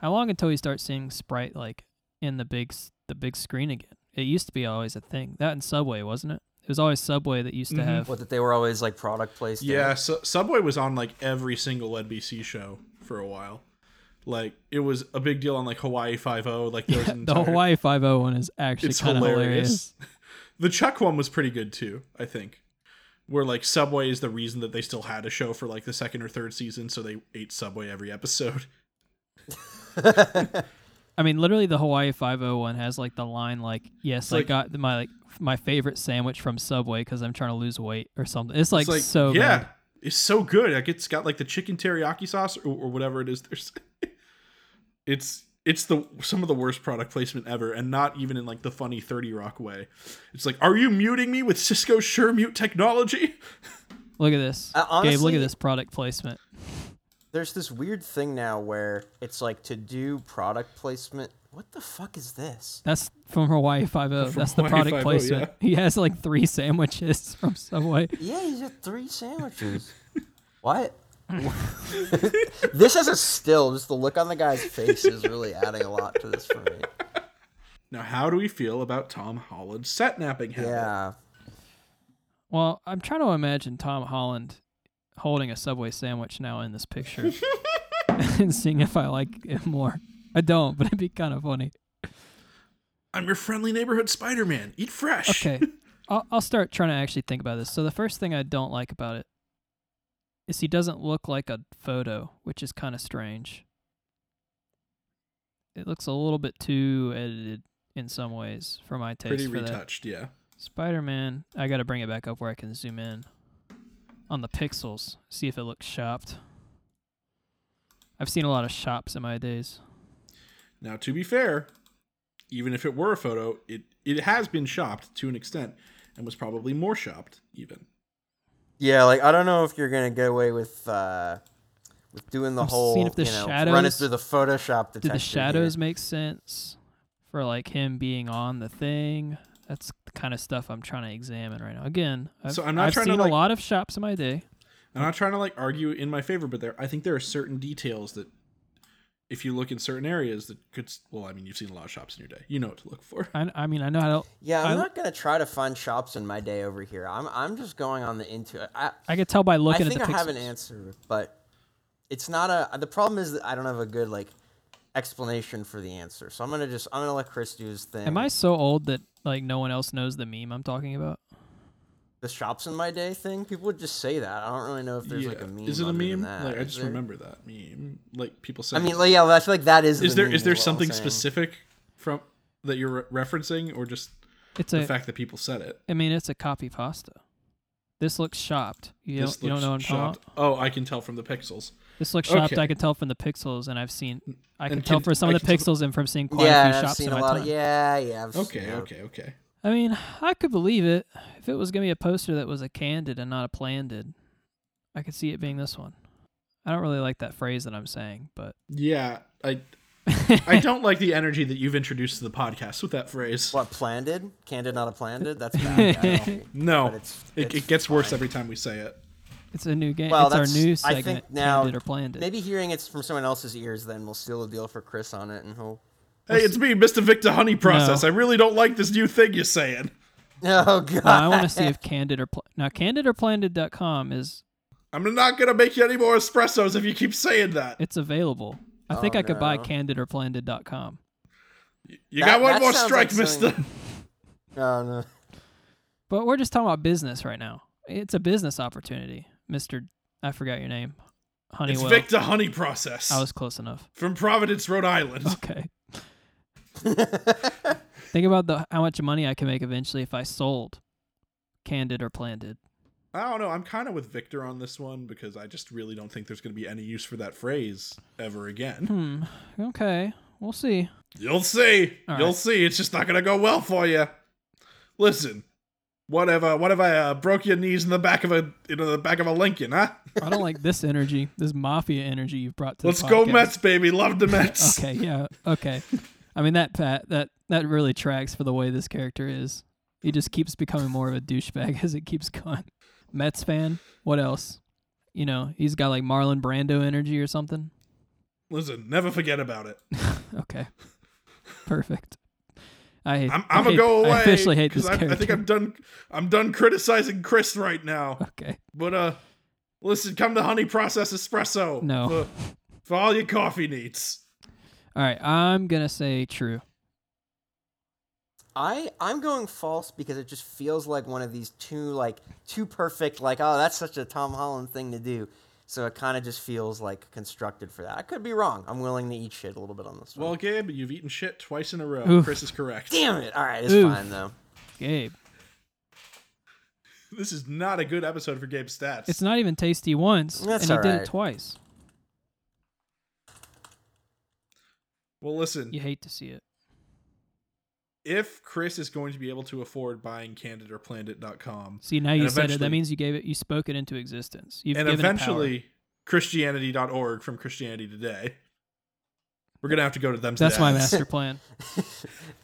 S1: How long until we start seeing Sprite like in the big s- the big screen again? It used to be always a thing. That and Subway, wasn't it? It was always Subway that
S2: Mm-hmm.
S1: used to have.
S3: What that they were always like product placed. in it.
S2: Yeah, Su- Subway was on like every single NBC show for a while. Like it was a big deal on like Hawaii Five O. Like there was an
S1: the
S2: entire-
S1: Hawaii Five O one is actually
S2: It's
S1: kind of
S2: hilarious.
S1: hilarious.
S2: The Chuck one was pretty good too. I think. Where like Subway is the reason that they still had a show for like the second or third season, so they ate Subway every episode.
S1: I mean, literally, the Hawaii Five O one has like the line like, "Yes, I
S2: like-
S1: got my like my favorite sandwich from Subway because I'm trying to lose weight or something." It's like,
S2: It's like
S1: so
S2: yeah,
S1: bad.
S2: it's so good. Like it's got like the chicken teriyaki sauce or, or whatever it is. There's, it's it's the some of the worst product placement ever, and not even in like the funny Thirty Rock way. It's like, are you muting me with Cisco Sure Mute technology?
S1: Look at this,
S3: Uh,
S1: Gabe. Look
S3: honestly-
S1: at this product placement.
S3: There's this weird thing now where it's like to do product placement. What the fuck is this?
S1: That's from Hawaii Five oh, O. That's the
S2: Hawaii
S1: product
S2: 5-0,
S1: placement. He has like three sandwiches from Subway.
S3: Yeah, he's got three sandwiches. what? this is a still. Just the look on the guy's face is really adding a lot to this for me.
S2: Now, how do we feel about Tom Holland's set napping habit?
S3: Yeah.
S1: well, I'm trying to imagine Tom Holland holding a Subway sandwich now in this picture and seeing if I like it more. I don't, but it'd be kind of funny.
S2: I'm your friendly neighborhood Spider-Man. Eat fresh.
S1: okay I'll, I'll start trying to actually think about this so the first thing i don't like about it is he doesn't look like a photo which is kind of strange it looks a little bit too edited in some ways for my taste
S2: Pretty
S1: for that
S2: retouched, yeah.
S1: spider-man i gotta bring it back up where i can zoom in on the pixels see if it looks shopped i've seen a lot of shops in my days
S2: Now, to be fair, even if it were a photo, it it has been shopped to an extent, and was probably more shopped even.
S3: Yeah, like I don't know if you're gonna get away with uh with doing the
S1: I'm
S3: whole
S1: seeing if the
S3: you know
S1: shadows-
S3: run it through the Photoshop
S1: Did the
S3: detector. here.
S1: shadows make sense for like him being on the thing? That's the kind of stuff I'm trying to examine right now. Again, I've,
S2: So I'm not
S1: I've
S2: trying to,
S1: seen
S2: like-
S1: a lot of shops in my day.
S2: I'm not trying to like argue in my favor, but there I think there are certain details that if you look in certain areas that could s- well, I mean you've seen a lot of shops in your day. You know what to look for.
S1: I, I mean, I know how to.
S3: Yeah, I'm
S1: I-
S3: not gonna try to find shops in my day over here. I'm I'm just going on the into I
S1: I could tell by looking
S3: I think
S1: at the
S3: I have an
S1: pixels.
S3: answer, but it's not a. The problem is that I don't have a good like explanation for the answer. So I'm gonna just I'm gonna let Chris do his thing.
S1: Am I so old that like no one else knows the meme I'm talking about?
S3: the shops in my day thing? People would just say that. I don't really know if there's like a meme.
S2: is it a
S3: other than
S2: meme?
S3: that.
S2: Like I
S3: Is
S2: just
S3: there?
S2: remember that meme. Like people say
S3: I mean, like, yeah, I feel like that is.
S2: is
S3: the
S2: there
S3: meme
S2: is there
S3: what I'm
S2: something
S3: saying.
S2: specific from that you're re- referencing or just
S1: It's
S2: the
S1: a.
S2: fact that people said it?
S1: I mean, it's a copy pasta. This looks shopped. You
S2: This
S1: don't, you don't
S2: looks
S1: know what I'm talking about?
S2: shopped. Oh, I can tell from the pixels.
S1: This looks shopped.
S2: Okay.
S1: I can tell from the pixels, and I've seen. I
S2: And
S1: can tell
S2: can-
S1: for some
S2: I
S1: of the
S2: can tell-
S1: pixels and from seeing quite
S3: Yeah,
S1: a few
S3: and I've
S1: shops
S3: seen
S1: in
S3: a
S1: my
S3: lot
S1: time.
S3: of. Yeah, yeah. I've
S2: Okay,
S3: yeah.
S2: okay, okay.
S1: I mean, I could believe it if it was gonna be a poster that was a candid and not a plandid. I could see it being this one. I don't really like that phrase that I'm saying, but
S2: Yeah, I I don't like the energy that you've introduced to the podcast with that phrase.
S3: What planted? Candid, not a planted. That's bad. I don't-
S2: No,
S3: But it's-
S2: it,
S3: it's
S2: it gets worse
S3: fine.
S2: every time we say it.
S1: it's a new game.
S3: Well,
S1: it's our
S3: that's-
S1: new
S3: I
S1: segment,
S3: think now-
S1: candid or plandid.
S3: Maybe hearing it's from someone else's ears then will seal the deal for Chris on it, and he'll. oh,
S2: Hey, it's me, Mr. Victor Honey Process.
S1: No.
S2: I really don't like this new thing you're saying.
S3: Oh god.
S1: No, I want to see if candid or pl- now candid or plandid.com is
S2: I'm not gonna make you any more espressos if you keep saying that.
S1: it's available. I think
S3: Oh,
S1: I could buy
S3: no.
S1: candid or plandid.com.
S2: You
S3: That-
S2: got one
S3: that
S2: more
S3: sounds
S2: strike,
S3: like
S2: Mister.
S3: something- Oh no.
S1: But we're just talking about business right now. It's a business opportunity, Mister. I forgot your name,
S2: It's
S1: Honeywell.
S2: Victor Honey Process
S1: I was Oh. close enough.
S2: from Providence, Rhode Island.
S1: Okay. Think about the how much money I can make eventually if I sold candid or planted.
S2: I don't know. I'm kind of with Victor on this one because I just really don't think there's gonna be any use for that phrase ever again.
S1: Hmm. Okay. We'll see.
S2: You'll see.
S1: All
S2: You'll
S1: right.
S2: see. It's just not gonna go well for you. Listen, whatever. What if I uh, broke your knees in the back of a in the back of a Lincoln, huh?
S1: I don't like this energy, this mafia energy you've brought to
S2: Let's
S1: the
S2: go
S1: podcast.
S2: Mets, baby. Love the Mets.
S1: Okay, yeah. Okay. I mean that Pat that that really tracks for the way this character is. He just keeps becoming more of a douchebag as it keeps going. Mets fan. What else? You know, he's got like Marlon Brando energy or something.
S2: Listen, never forget about it.
S1: Okay. Perfect. I hate
S2: I'm,
S1: I
S2: I'm gonna
S1: hate-
S2: go away.
S1: I officially hate
S2: 'cause
S1: this
S2: I,
S1: character.
S2: I think I'm done. I'm done criticizing Chris right now.
S1: okay.
S2: But uh, listen, come to Honey Process Espresso.
S1: No.
S2: For, for all your coffee needs.
S1: All right, I'm gonna say true.
S3: I I'm going false because it just feels like one of these too like too perfect like oh that's such a Tom Holland thing to do. So it kind of just feels like constructed for that. I could be wrong. I'm willing to eat shit a little bit on this one.
S2: Well, Gabe, you've eaten shit twice in a row.
S1: Oof.
S2: Chris is correct.
S3: damn it. All right, it's
S1: Oof.
S3: fine though.
S1: Gabe.
S2: This is not a good episode for Gabe's stats.
S1: It's not even tasty once,
S3: That's
S1: and he did
S3: alright.
S1: it twice.
S2: well, listen,
S1: You hate to see it.
S2: if Chris is going to be able to afford buying Candid or Planet.com,
S1: See, now
S2: And
S1: you said it.
S2: eventually-
S1: That means you gave it. You spoke it into existence. You've
S2: and
S1: given it
S2: eventually Christianity.org from Christianity Today, we're gonna have to go to them.
S1: power. That's my
S2: stats.
S1: master plan.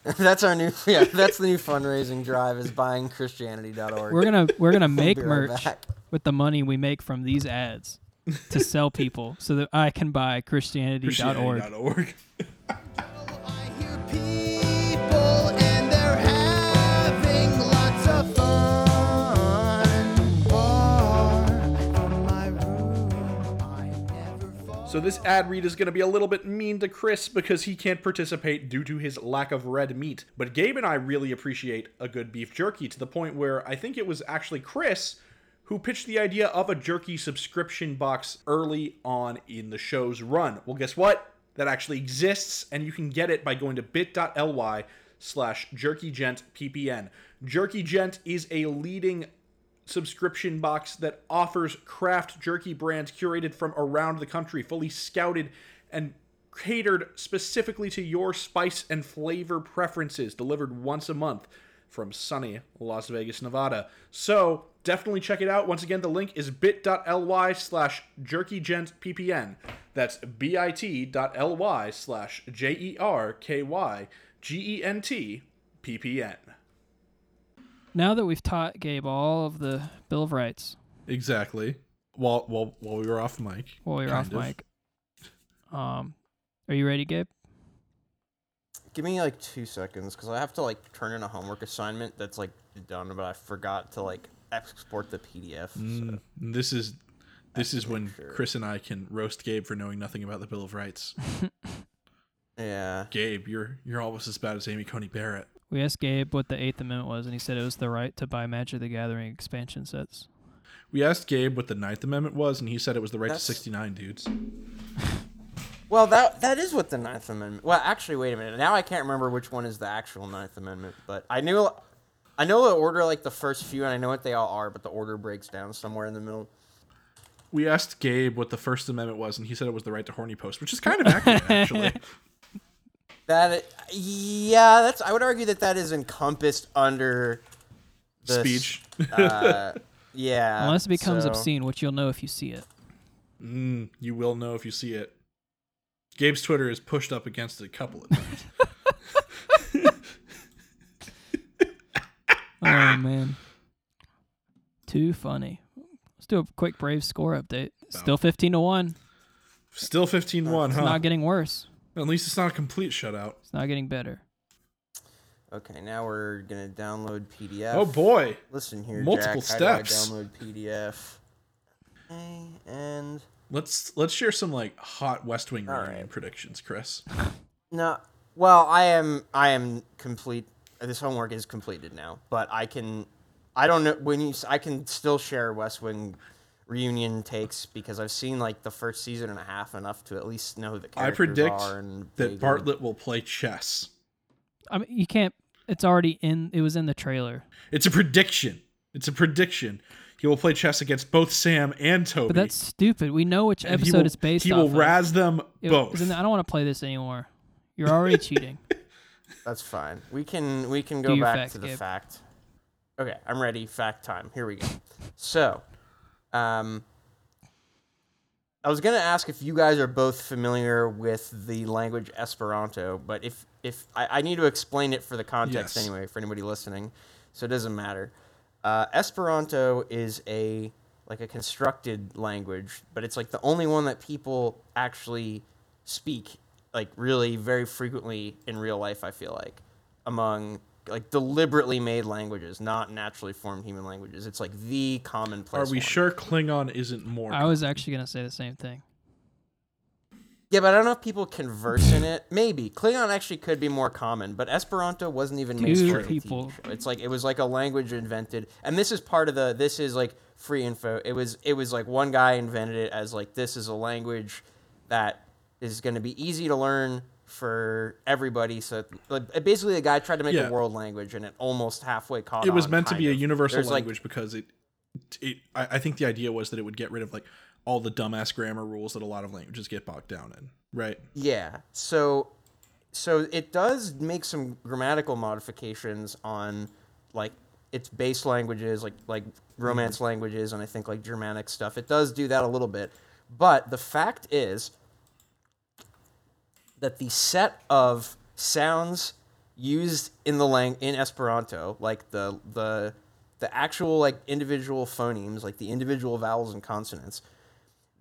S3: that's our new yeah, that's the new fundraising drive is buying christianity.org.
S1: We're gonna we're gonna make
S3: be right
S1: merch
S3: back.
S1: with the money we make from these ads to sell people, so that I can buy Christianity.org.
S2: Christianity.org.
S4: I hear people and they're having lots of fun. Far from my room, I never fall.
S2: So this ad read is going to be a little bit mean to Chris because he can't participate due to his lack of red meat. But Gabe and I really appreciate a good beef jerky to the point where I think it was actually Chris who pitched the idea of a jerky subscription box early on in the show's run. Well, guess what? That actually exists, and you can get it by going to bit.ly slash jerkygentppn. Jerkygent is a leading subscription box that offers craft jerky brands curated from around the country, fully scouted and catered specifically to your spice and flavor preferences, delivered once a month. from sunny Las Vegas, Nevada. So definitely check it out. Once again, the link is bit.ly slash jerkygentppn. That's bit.ly slash J E R K Y G E N T P P N.
S1: Now that we've taught Gabe all of the Bill of Rights
S2: Exactly. While, while, while we were off mic.
S1: while we were off
S2: kind of.
S1: mic, um, are you ready, Gabe?
S3: Give me like two seconds because I have to like turn in a homework assignment that's like done, but I forgot to like export the PDF.
S1: Mm.
S3: So.
S2: This is this is when Chris and I can roast Gabe for knowing nothing about the Bill of Rights.
S3: Yeah.
S2: Gabe, you're you're almost as bad as Amy Coney Barrett.
S1: We asked Gabe what the Eighth Amendment was, and he said it was the right to buy Magic the Gathering expansion sets.
S2: We asked Gabe what the Ninth Amendment was, and he said it was the right
S3: That's-
S2: to 69, dudes.
S3: Well, that that is what the Ninth Amendment. Well, actually, wait a minute. Now I can't remember which one is the actual Ninth Amendment, but I knew, I know the order like the first few, and I know what they all are, but the order breaks down somewhere in the middle.
S2: We asked Gabe what the First Amendment was, and he said it was the right to horny post, which is kind of accurate, actually.
S3: That i- yeah, that's. I would argue that that is encompassed under the s-
S2: Speech.
S3: Yeah,
S2: Uh,
S1: Unless it becomes
S3: so-
S1: obscene, which you'll know if you see it.
S2: Mm, you will know if you see it. Gabe's Twitter is pushed up against it a couple of times.
S1: Oh man, too funny. Let's do a quick Brave score update. Still fifteen to one.
S2: Still 15 1,
S1: It's
S2: huh?
S1: not getting worse.
S2: At least it's not a complete shutout.
S1: It's not getting better.
S3: Okay, now we're gonna download PDF.
S2: Oh, boy.
S3: Listen here,
S2: Multiple
S3: Jack, how do I
S2: steps.
S3: download PDF. Okay, and
S2: Let's let's share some like hot West Wing
S3: All
S2: reunion
S3: right.
S2: predictions, Chris.
S3: no, well, I am, I am complete. This homework is completed now, but I can, I don't know when you, s- I can still share West Wing reunion takes because I've seen like the first season and a half enough to at least know who the
S2: I
S3: characters
S2: predict
S3: are and
S2: that
S3: big-
S2: Bartlett will play chess.
S1: I mean, you can't. It's already in. It was in the trailer.
S2: It's a prediction. It's a prediction. He will play chess against both Sam and Toby.
S1: But that's stupid. We know which
S2: and he
S1: episode
S2: will-
S1: it's based
S2: He
S1: off
S2: will
S1: of.
S2: razz them
S1: It was
S2: both.
S1: in the- I don't want to play this anymore. You're already cheating.
S3: That's fine. We can we can go
S1: your
S3: back
S1: facts,
S3: to the
S1: Gabe.
S3: fact. Okay, I'm ready. Fact time. Here we go. So, um, I was gonna ask if you guys are both familiar with the language Esperanto, but if if I, I need to explain it for the context
S2: Yes.
S3: anyway for anybody listening, so it doesn't matter. Uh, Esperanto is a like a constructed language, but it's like the only one that people actually speak like really very frequently in real life. I feel like among like deliberately made languages, not naturally formed human languages. It's like the
S2: Are
S3: commonplace.
S2: we
S3: one.
S2: sure Klingon isn't more?
S1: I was actually gonna say the same thing.
S3: Yeah, but I don't know if people converse in it. Maybe Klingon actually could be more common, but Esperanto wasn't even mainstream. TV
S1: people.
S3: show. It's like it was like a language invented, and this is part of the. This is like free info. It was it was like one guy invented it as like this is a language that is going to be easy to learn for everybody. So like, basically, the guy tried to make
S2: Yeah.
S3: a world language, and it almost halfway caught.
S2: it was
S3: on,
S2: meant to
S3: Uh, kind
S2: be a
S3: of.
S2: universal
S3: There's, like,
S2: language because it, it. I, I think the idea was that it would get rid of like all the dumbass grammar rules that a lot of languages get bogged down in. Right.
S3: Yeah. So so it does make some grammatical modifications on like its base languages like like romance languages and I think like Germanic stuff. It does do that a little bit. But the fact is that the set of sounds used in the lang in Esperanto, like the the the actual like individual phonemes, like the individual vowels and consonants,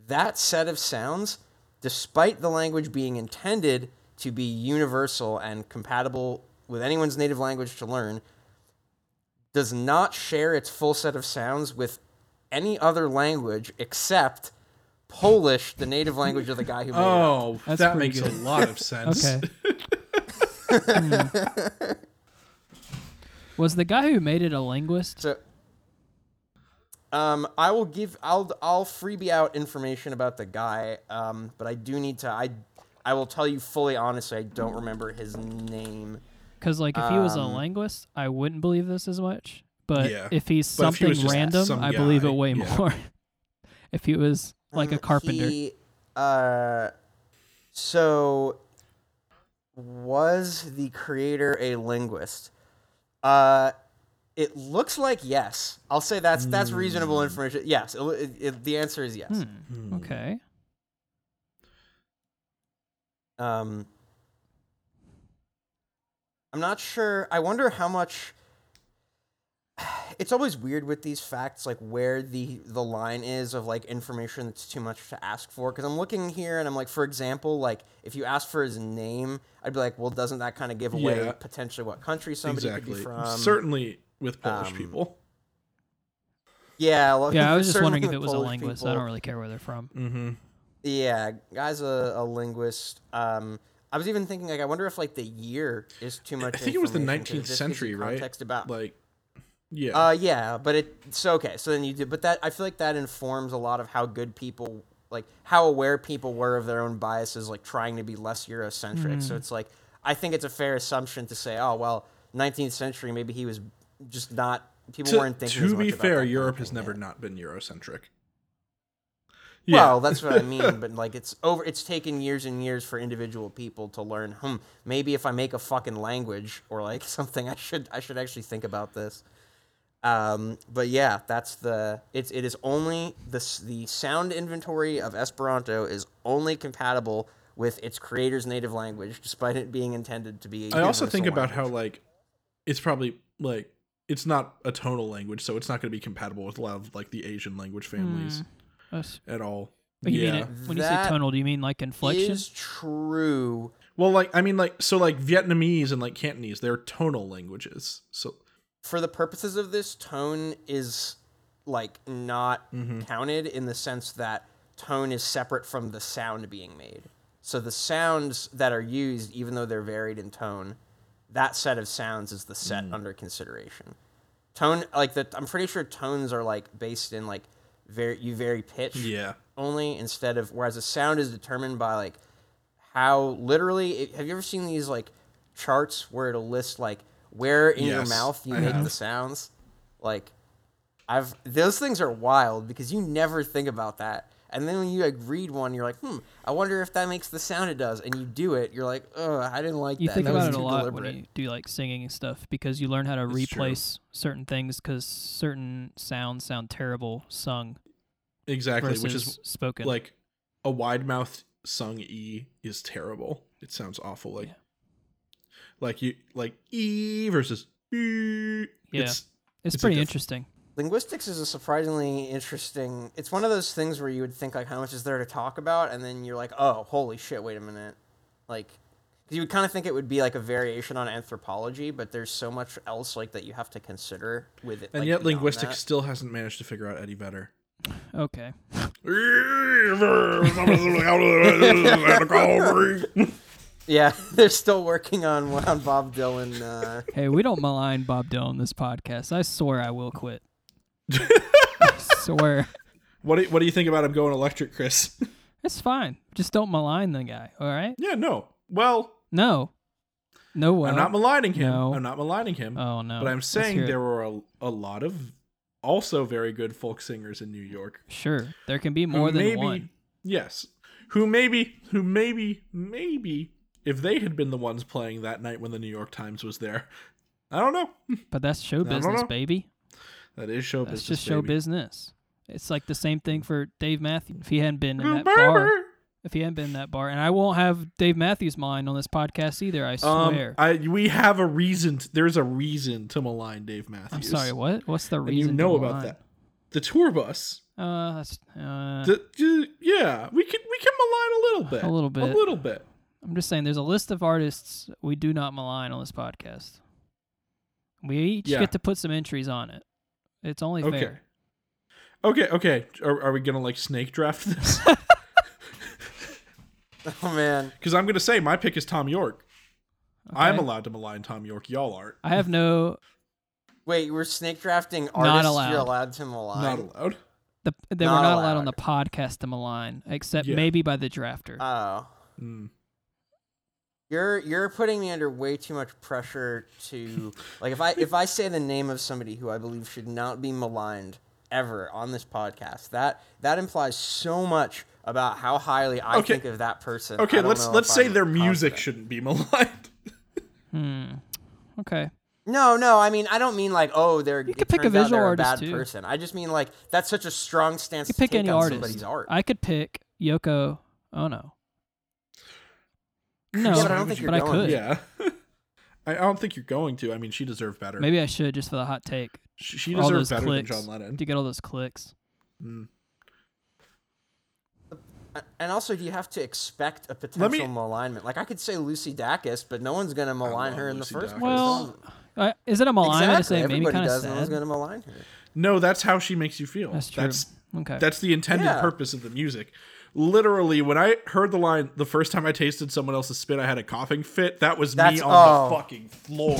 S3: that set of sounds, despite the language being intended to be universal and compatible with anyone's native language to learn, does not share its full set of sounds with any other language except Polish, the native language of the guy who made it.
S2: Oh,
S1: That's
S2: that
S1: pretty
S2: makes
S1: good.
S2: a lot of sense.
S1: Okay. Hmm. Was the guy who made it a linguist?
S3: So, um, I will give I'll I'll freebie out information about the guy. Um, but I do need to I I will tell you fully honestly. I don't remember his name.
S1: Because like, if he was a
S3: Um,
S1: linguist, I wouldn't believe this as much. But
S2: Yeah.
S1: if he's
S2: But if he
S1: something
S2: was just
S1: random,
S2: some
S1: I believe
S2: guy,
S1: it way
S2: yeah.
S1: more. if he was like a carpenter,
S3: He, uh, so was the creator a linguist? Uh, it looks like yes. I'll say that's that's reasonable
S1: Hmm.
S3: information. Yes, it, it, it- the answer is yes.
S2: Hmm.
S1: Okay.
S3: Um, I'm not sure. I wonder how much. It's always weird with these facts, like where the the line is of like information that's too much to ask for. Because I'm looking here, and I'm like, for example, like if you ask for his name, I'd be like, well, doesn't that kind of give away
S2: Yeah.
S3: potentially what country somebody could
S2: exactly.
S3: be from?
S2: Certainly with Polish
S3: um,
S2: people.
S3: Yeah, well,
S1: Yeah, I was just
S3: certainly
S1: wondering if
S3: with
S1: it was a
S3: Polish
S1: linguist. I
S3: people.
S1: don't really care where they're from.
S2: Mm-hmm.
S3: Yeah, guy's a, a linguist. Um, I was even thinking, like, I wonder if like the year is too much.
S2: I think it was the
S3: information, 'cause
S2: 19th
S3: this gives you
S2: century, right?
S3: Context about.
S2: Like, yeah.
S3: uh, yeah, but it so okay. So then you do, but that I feel like that informs a lot of how good people, like how aware people were of their own biases, like trying to be less Eurocentric.
S2: Mm.
S3: So it's like I think it's a fair assumption to say, oh well, 19th century, maybe he was just not. People
S2: to
S3: weren't thinking.
S2: to
S3: as much
S2: be
S3: about that
S2: fair,
S3: kind of
S2: Europe has
S3: thing,
S2: never
S3: yeah.
S2: not been Eurocentric.
S3: Well, that's what I mean, but like it's over it's taken years and years for individual people to learn, hmm, maybe if I make a fucking language or like something I should I should actually think about this. Um, but yeah, that's the it's it is only the s- the sound inventory of Esperanto is only compatible with its creator's native language despite it being intended to
S2: I
S3: be a
S2: also
S3: universal
S2: think about how
S3: language.
S2: like it's probably like it's not a tonal language, so it's not going to be compatible with a lot of like the Asian language families
S1: That's-
S3: Hmm.
S2: at all.
S1: you
S2: yeah.
S1: mean it, when you
S3: That
S1: say tonal, do you mean like inflection?
S3: is true.
S2: Well, like I mean, like so, like Vietnamese and like Cantonese, they're tonal languages. So
S3: for the purposes of this, tone is like not counted in the sense that tone is separate from the sound being made. So the sounds that are used, even though they're varied in tone, that set of sounds is the set under consideration. Tone, like the, I'm pretty sure tones are like based in like very you vary pitch
S2: yeah,
S3: only instead of whereas the sound is determined by like how literally it, have you ever seen these like charts where it'll list like where in your
S2: Yes,
S3: mouth you
S2: I
S3: make the
S2: have.
S3: sounds like i've those things are wild because you never think about that and then when you like read one you're like hmm i wonder if that makes the sound it does and you do it you're like oh i didn't like
S1: you
S3: that
S1: think
S3: that
S1: about
S3: was
S1: it a
S3: too
S1: lot
S3: deliberate
S1: when you do like singing and stuff because you learn how to
S2: It's true.
S1: replace certain things because certain sounds sound terrible sung
S2: exactly.
S1: versus
S2: Which is
S1: spoken.
S2: like a wide mouthed sung e is terrible. It sounds awful. Like
S1: Yeah.
S2: like you like e versus e.
S1: Yeah.
S2: It's,
S1: it's,
S2: it's a
S1: pretty
S2: diff-
S1: interesting.
S3: linguistics is a surprisingly interesting it's one of those things where you would think like how much is there to talk about and then you're like oh holy shit wait a minute like 'cause you would kind of think it would be like a variation on anthropology but there's so much else like that you have to consider with it
S2: and
S3: like,
S2: yet
S3: beyond
S2: linguistics
S3: that.
S2: still hasn't managed to figure out Eddie Vedder.
S1: Okay.
S3: E yeah they're still working on on bob dylan uh,
S1: Hey, we don't malign Bob Dylan this podcast. I swear I will quit. I swear.
S2: What do you, what do you think about him going electric, Chris?
S1: It's fine. Just don't malign the guy, all right?
S2: yeah, no. Well,
S1: No. No way.
S2: I'm not maligning him.
S1: no.
S2: I'm not maligning him.
S1: oh, no.
S2: but I'm
S1: Let's
S2: saying
S1: hear it.
S2: there were a, a lot of also very good folk singers in New York.
S1: Sure. There can be
S2: who
S1: more than
S2: maybe,
S1: one.
S2: Yes. Who maybe who maybe maybe if they had been the ones playing that night when the New York Times was there. I don't know.
S1: But that's show
S2: don't
S1: business,
S2: know.
S1: baby.
S2: That is show
S1: That's
S2: business.
S1: just show
S2: baby.
S1: business. It's like the same thing for Dave Matthews. If he hadn't been in
S2: Oh,
S1: that bar,
S2: baby.
S1: if he hadn't been in that bar, and I won't have Dave Matthews' mind on this podcast either. I swear.
S2: Um, I we have a reason. t- there's a reason to malign Dave Matthews.
S1: I'm sorry. What? What's the
S2: And
S1: reason?
S2: you
S1: to
S2: know about
S1: malign?
S2: that. The tour bus.
S1: Uh, that's, uh,
S2: The, the- yeah, we can we can malign a little bit.
S1: A little bit.
S2: A little bit.
S1: I'm just saying. There's a list of artists we do not malign on this podcast. We each
S2: Yeah.
S1: get to put some entries on it. It's only
S2: Okay.
S1: fair.
S2: Okay, okay. Are, are we gonna like snake draft this?
S3: oh man
S2: Because I'm gonna say my pick is Tom York. I'm
S1: Okay.
S2: allowed to malign Tom York. Y'all aren't.
S1: I have no
S3: wait we're snake drafting artists
S1: allowed.
S3: you're allowed to malign
S2: Not allowed.
S1: the they
S3: Not
S1: were not allowed on
S3: allowed.
S1: the podcast to malign, except
S2: Yeah. Uh,
S1: maybe by the drafter.
S3: oh
S2: Mm.
S3: You're you're putting me under way too much pressure to like if I if I say the name of somebody who I believe should not be maligned ever on this podcast that that implies so much about how highly I
S2: Okay.
S3: think of that person. I
S2: Okay,
S3: don't
S2: let's
S3: know
S2: let's
S3: if
S2: say
S3: I'm
S2: their music
S3: confident.
S2: shouldn't be maligned.
S1: Hmm. okay.
S3: No, no. I mean, I don't mean like, oh, they're
S1: You
S3: it
S1: could pick a
S3: turns out
S1: visual
S3: they're
S1: artist,
S3: bad
S1: too.
S3: person. I just mean like that's such a strong stance
S1: You
S3: to
S1: pick
S3: take
S1: any
S3: on
S1: artist.
S3: somebody's art.
S1: I could pick Yoko Ono. No,
S3: Yeah, but I don't think you're
S1: but I
S3: going.
S1: could.
S2: Yeah. I I don't think you're going to. I mean, she deserved better.
S1: Maybe I should just for the hot take.
S2: she, she
S1: for all
S2: deserved
S1: those
S2: better
S1: clicks,
S2: than John Lennon.
S1: To get all those clicks.
S2: Mm.
S3: A- And also, do you have to expect a potential
S2: me-
S3: malignment? Like, I could say Lucy Dacus, but no one's going to malign
S2: love
S3: her in
S2: Lucy
S3: the first
S2: Dacus.
S3: place.
S1: Well, uh, is it a malign
S3: exactly.
S1: to say maybe
S3: Everybody
S1: kind of
S3: does. No one's
S1: sad?
S3: going to malign her.
S2: No, that's how she makes you feel.
S1: That's true.
S2: That's
S1: okay.
S2: that's the intended
S3: Yeah.
S2: purpose of the music. Literally, when I heard the line the first time I tasted someone else's spit, I had a coughing fit. That was
S3: That's-
S2: me on the
S3: oh.
S2: fucking floor.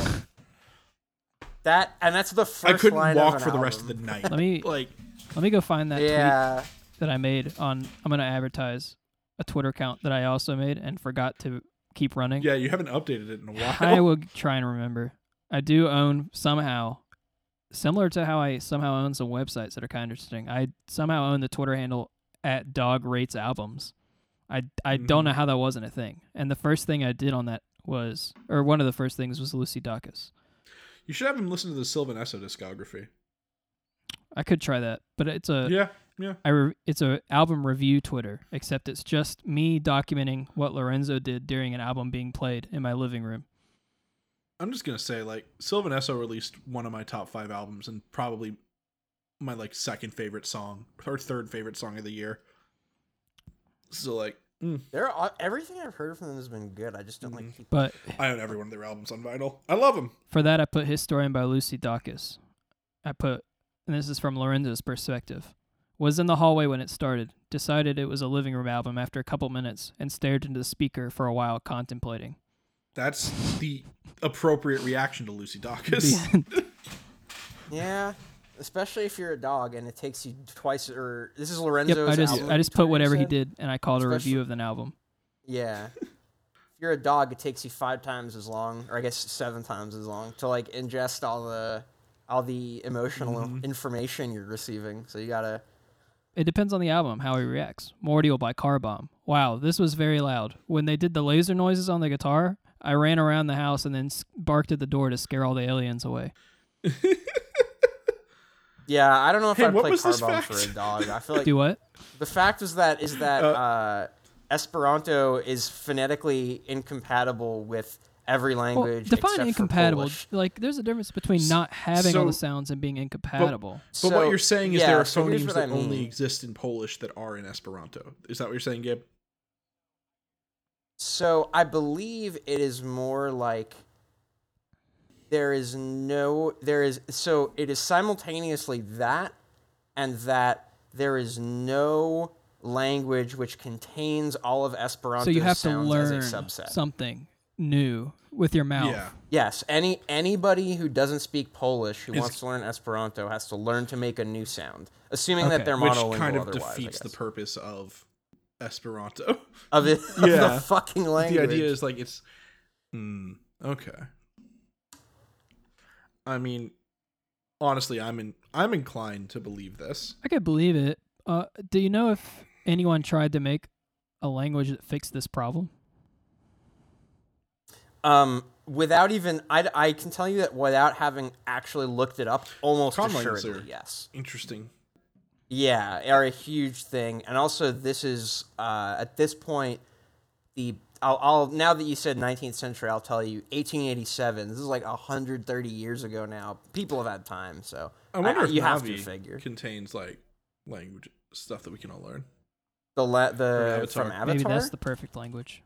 S3: That and that's the first.
S2: I couldn't
S3: line
S2: walk
S3: of
S2: for the rest of the night.
S1: let me
S2: like
S1: let me go find that tweet
S3: Yeah.
S1: that I made on. I'm gonna advertise a Twitter account that I also made and forgot to keep running.
S2: yeah, you haven't updated it in a while.
S1: I will try and remember. I do own somehow, similar to how I somehow own some websites that are kind of interesting. I somehow own the Twitter handle at Dog Rates Albums. I, I don't know how that wasn't a thing. And the first thing I did on that was, or one of the first things was Lucy Dacus.
S2: you should have him listen to the Sylvan Esso discography.
S1: I could try that, but it's a
S2: yeah, yeah.
S1: I re- it's a album review Twitter, except it's just me documenting what Lorenzo did during an album being played in my living room.
S2: I'm just gonna say like Sylvan Esso released one of my top five albums and probably my like second favorite song or third favorite song of the year. So like mm,
S3: There are everything I've heard from them has been good. I just don't
S2: Mm-hmm.
S3: like keep
S1: But
S2: I own every one of their albums on vinyl. I love them.
S1: For that, I put Historian by Lucy Dacus. I put, and this is from Lorenzo's perspective, was in the hallway when it started, decided it was a living room album after a couple minutes, and stared into the speaker for a while, contemplating.
S2: That's the appropriate reaction to Lucy Dacus.
S3: Yeah, especially if you're a dog and it takes you twice. Or this is
S1: Yep,
S3: Lorenzo's.
S1: I just
S3: album
S1: I just put
S3: you
S1: whatever he
S3: said?
S1: did, and I called a
S3: Especially-
S1: review of an album.
S3: Yeah. If you're a dog, it takes you five times as long, or I guess seven times as long, to like ingest all the all the emotional
S2: Mm-hmm.
S3: information you're receiving. So you gotta.
S1: It depends on the album how he reacts. Mordial by Car Bomb. Wow, this was very loud. When they did the laser noises on the guitar, I ran around the house and then s- barked at the door to scare all the aliens away.
S3: Yeah, I don't know if
S2: Hey,
S3: I'd
S2: what
S3: play
S2: was this
S3: Carbon for a
S2: fact?
S3: dog. I feel like
S1: Do what?
S3: the fact is that is that uh, Esperanto is phonetically incompatible with every
S1: Well,
S3: language.
S1: define
S3: except for
S1: incompatible.
S3: Polish.
S1: Like, there's a difference between not having all
S2: so-
S1: the sounds and being incompatible.
S2: but
S3: So,
S2: what you're saying is
S3: yeah,
S2: there are
S3: so here's
S2: phonemes
S3: what
S2: that
S3: I mean.
S2: only exist in Polish that are in Esperanto. Is that what you're saying, Gabe?
S3: So I believe it is more like there is no there is so it is simultaneously that and that there is no language which contains all of Esperanto
S1: so you have to
S3: sounds
S1: learn
S3: as a subset.
S1: something new with your mouth.
S2: Yeah.
S3: yes, any anybody who doesn't speak Polish who
S2: Is-
S3: wants to learn Esperanto has to learn to make a new sound, assuming
S1: Okay,
S3: that they're
S2: Which
S3: monolingual
S2: kind of
S3: otherwise. I
S2: defeats the
S3: guess.
S2: purpose of Esperanto.
S3: of, it, of
S2: Yeah.
S3: the fucking language.
S2: the idea is like it's Hmm, okay i mean honestly i'm in i'm inclined to believe this
S1: I could believe it. Uh, do you know if anyone tried to make a language that fixed this problem?
S3: Um, without even, I, I can tell you that without having actually looked it up, almost
S2: Common
S3: assuredly,
S2: answer.
S3: yes.
S2: interesting
S3: Yeah, are a huge thing, and also this is uh, at this point the I'll, I'll now that you said 19th century, I'll tell you 1887. This is like 130 years ago now. People have had time, so
S2: i wonder if
S3: you have to
S2: Navi
S3: figure
S2: contains like language stuff that we can all learn
S3: the la- the
S2: Avatar.
S3: from Avatar.
S1: Maybe that's the perfect language.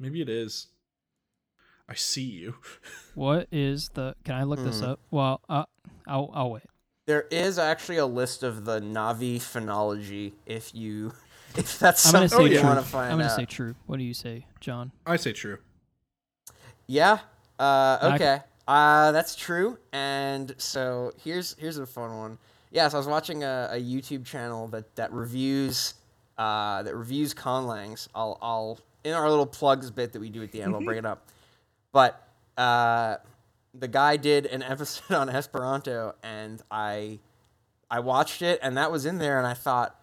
S2: maybe it is i see you
S1: What is the? Can I look
S3: Hmm.
S1: this up? Well, uh, I'll I'll wait.
S3: there is actually a list of the Navi phonology. If you if that's
S1: I'm gonna
S3: something
S1: say
S3: you
S2: true.
S3: want to find
S1: I'm gonna
S3: out.
S1: say true. What do you say, John?
S2: i say true
S3: Yeah. Uh,
S1: I-
S3: okay. Uh, that's true. And so here's here's a fun one. Yeah, so I was watching a, a YouTube channel that that reviews uh, that reviews conlangs. I'll I'll in our little plugs bit that we do at the end, I'll bring it up. But uh, the guy did an episode on Esperanto, and I I watched it, and that was in there, and I thought,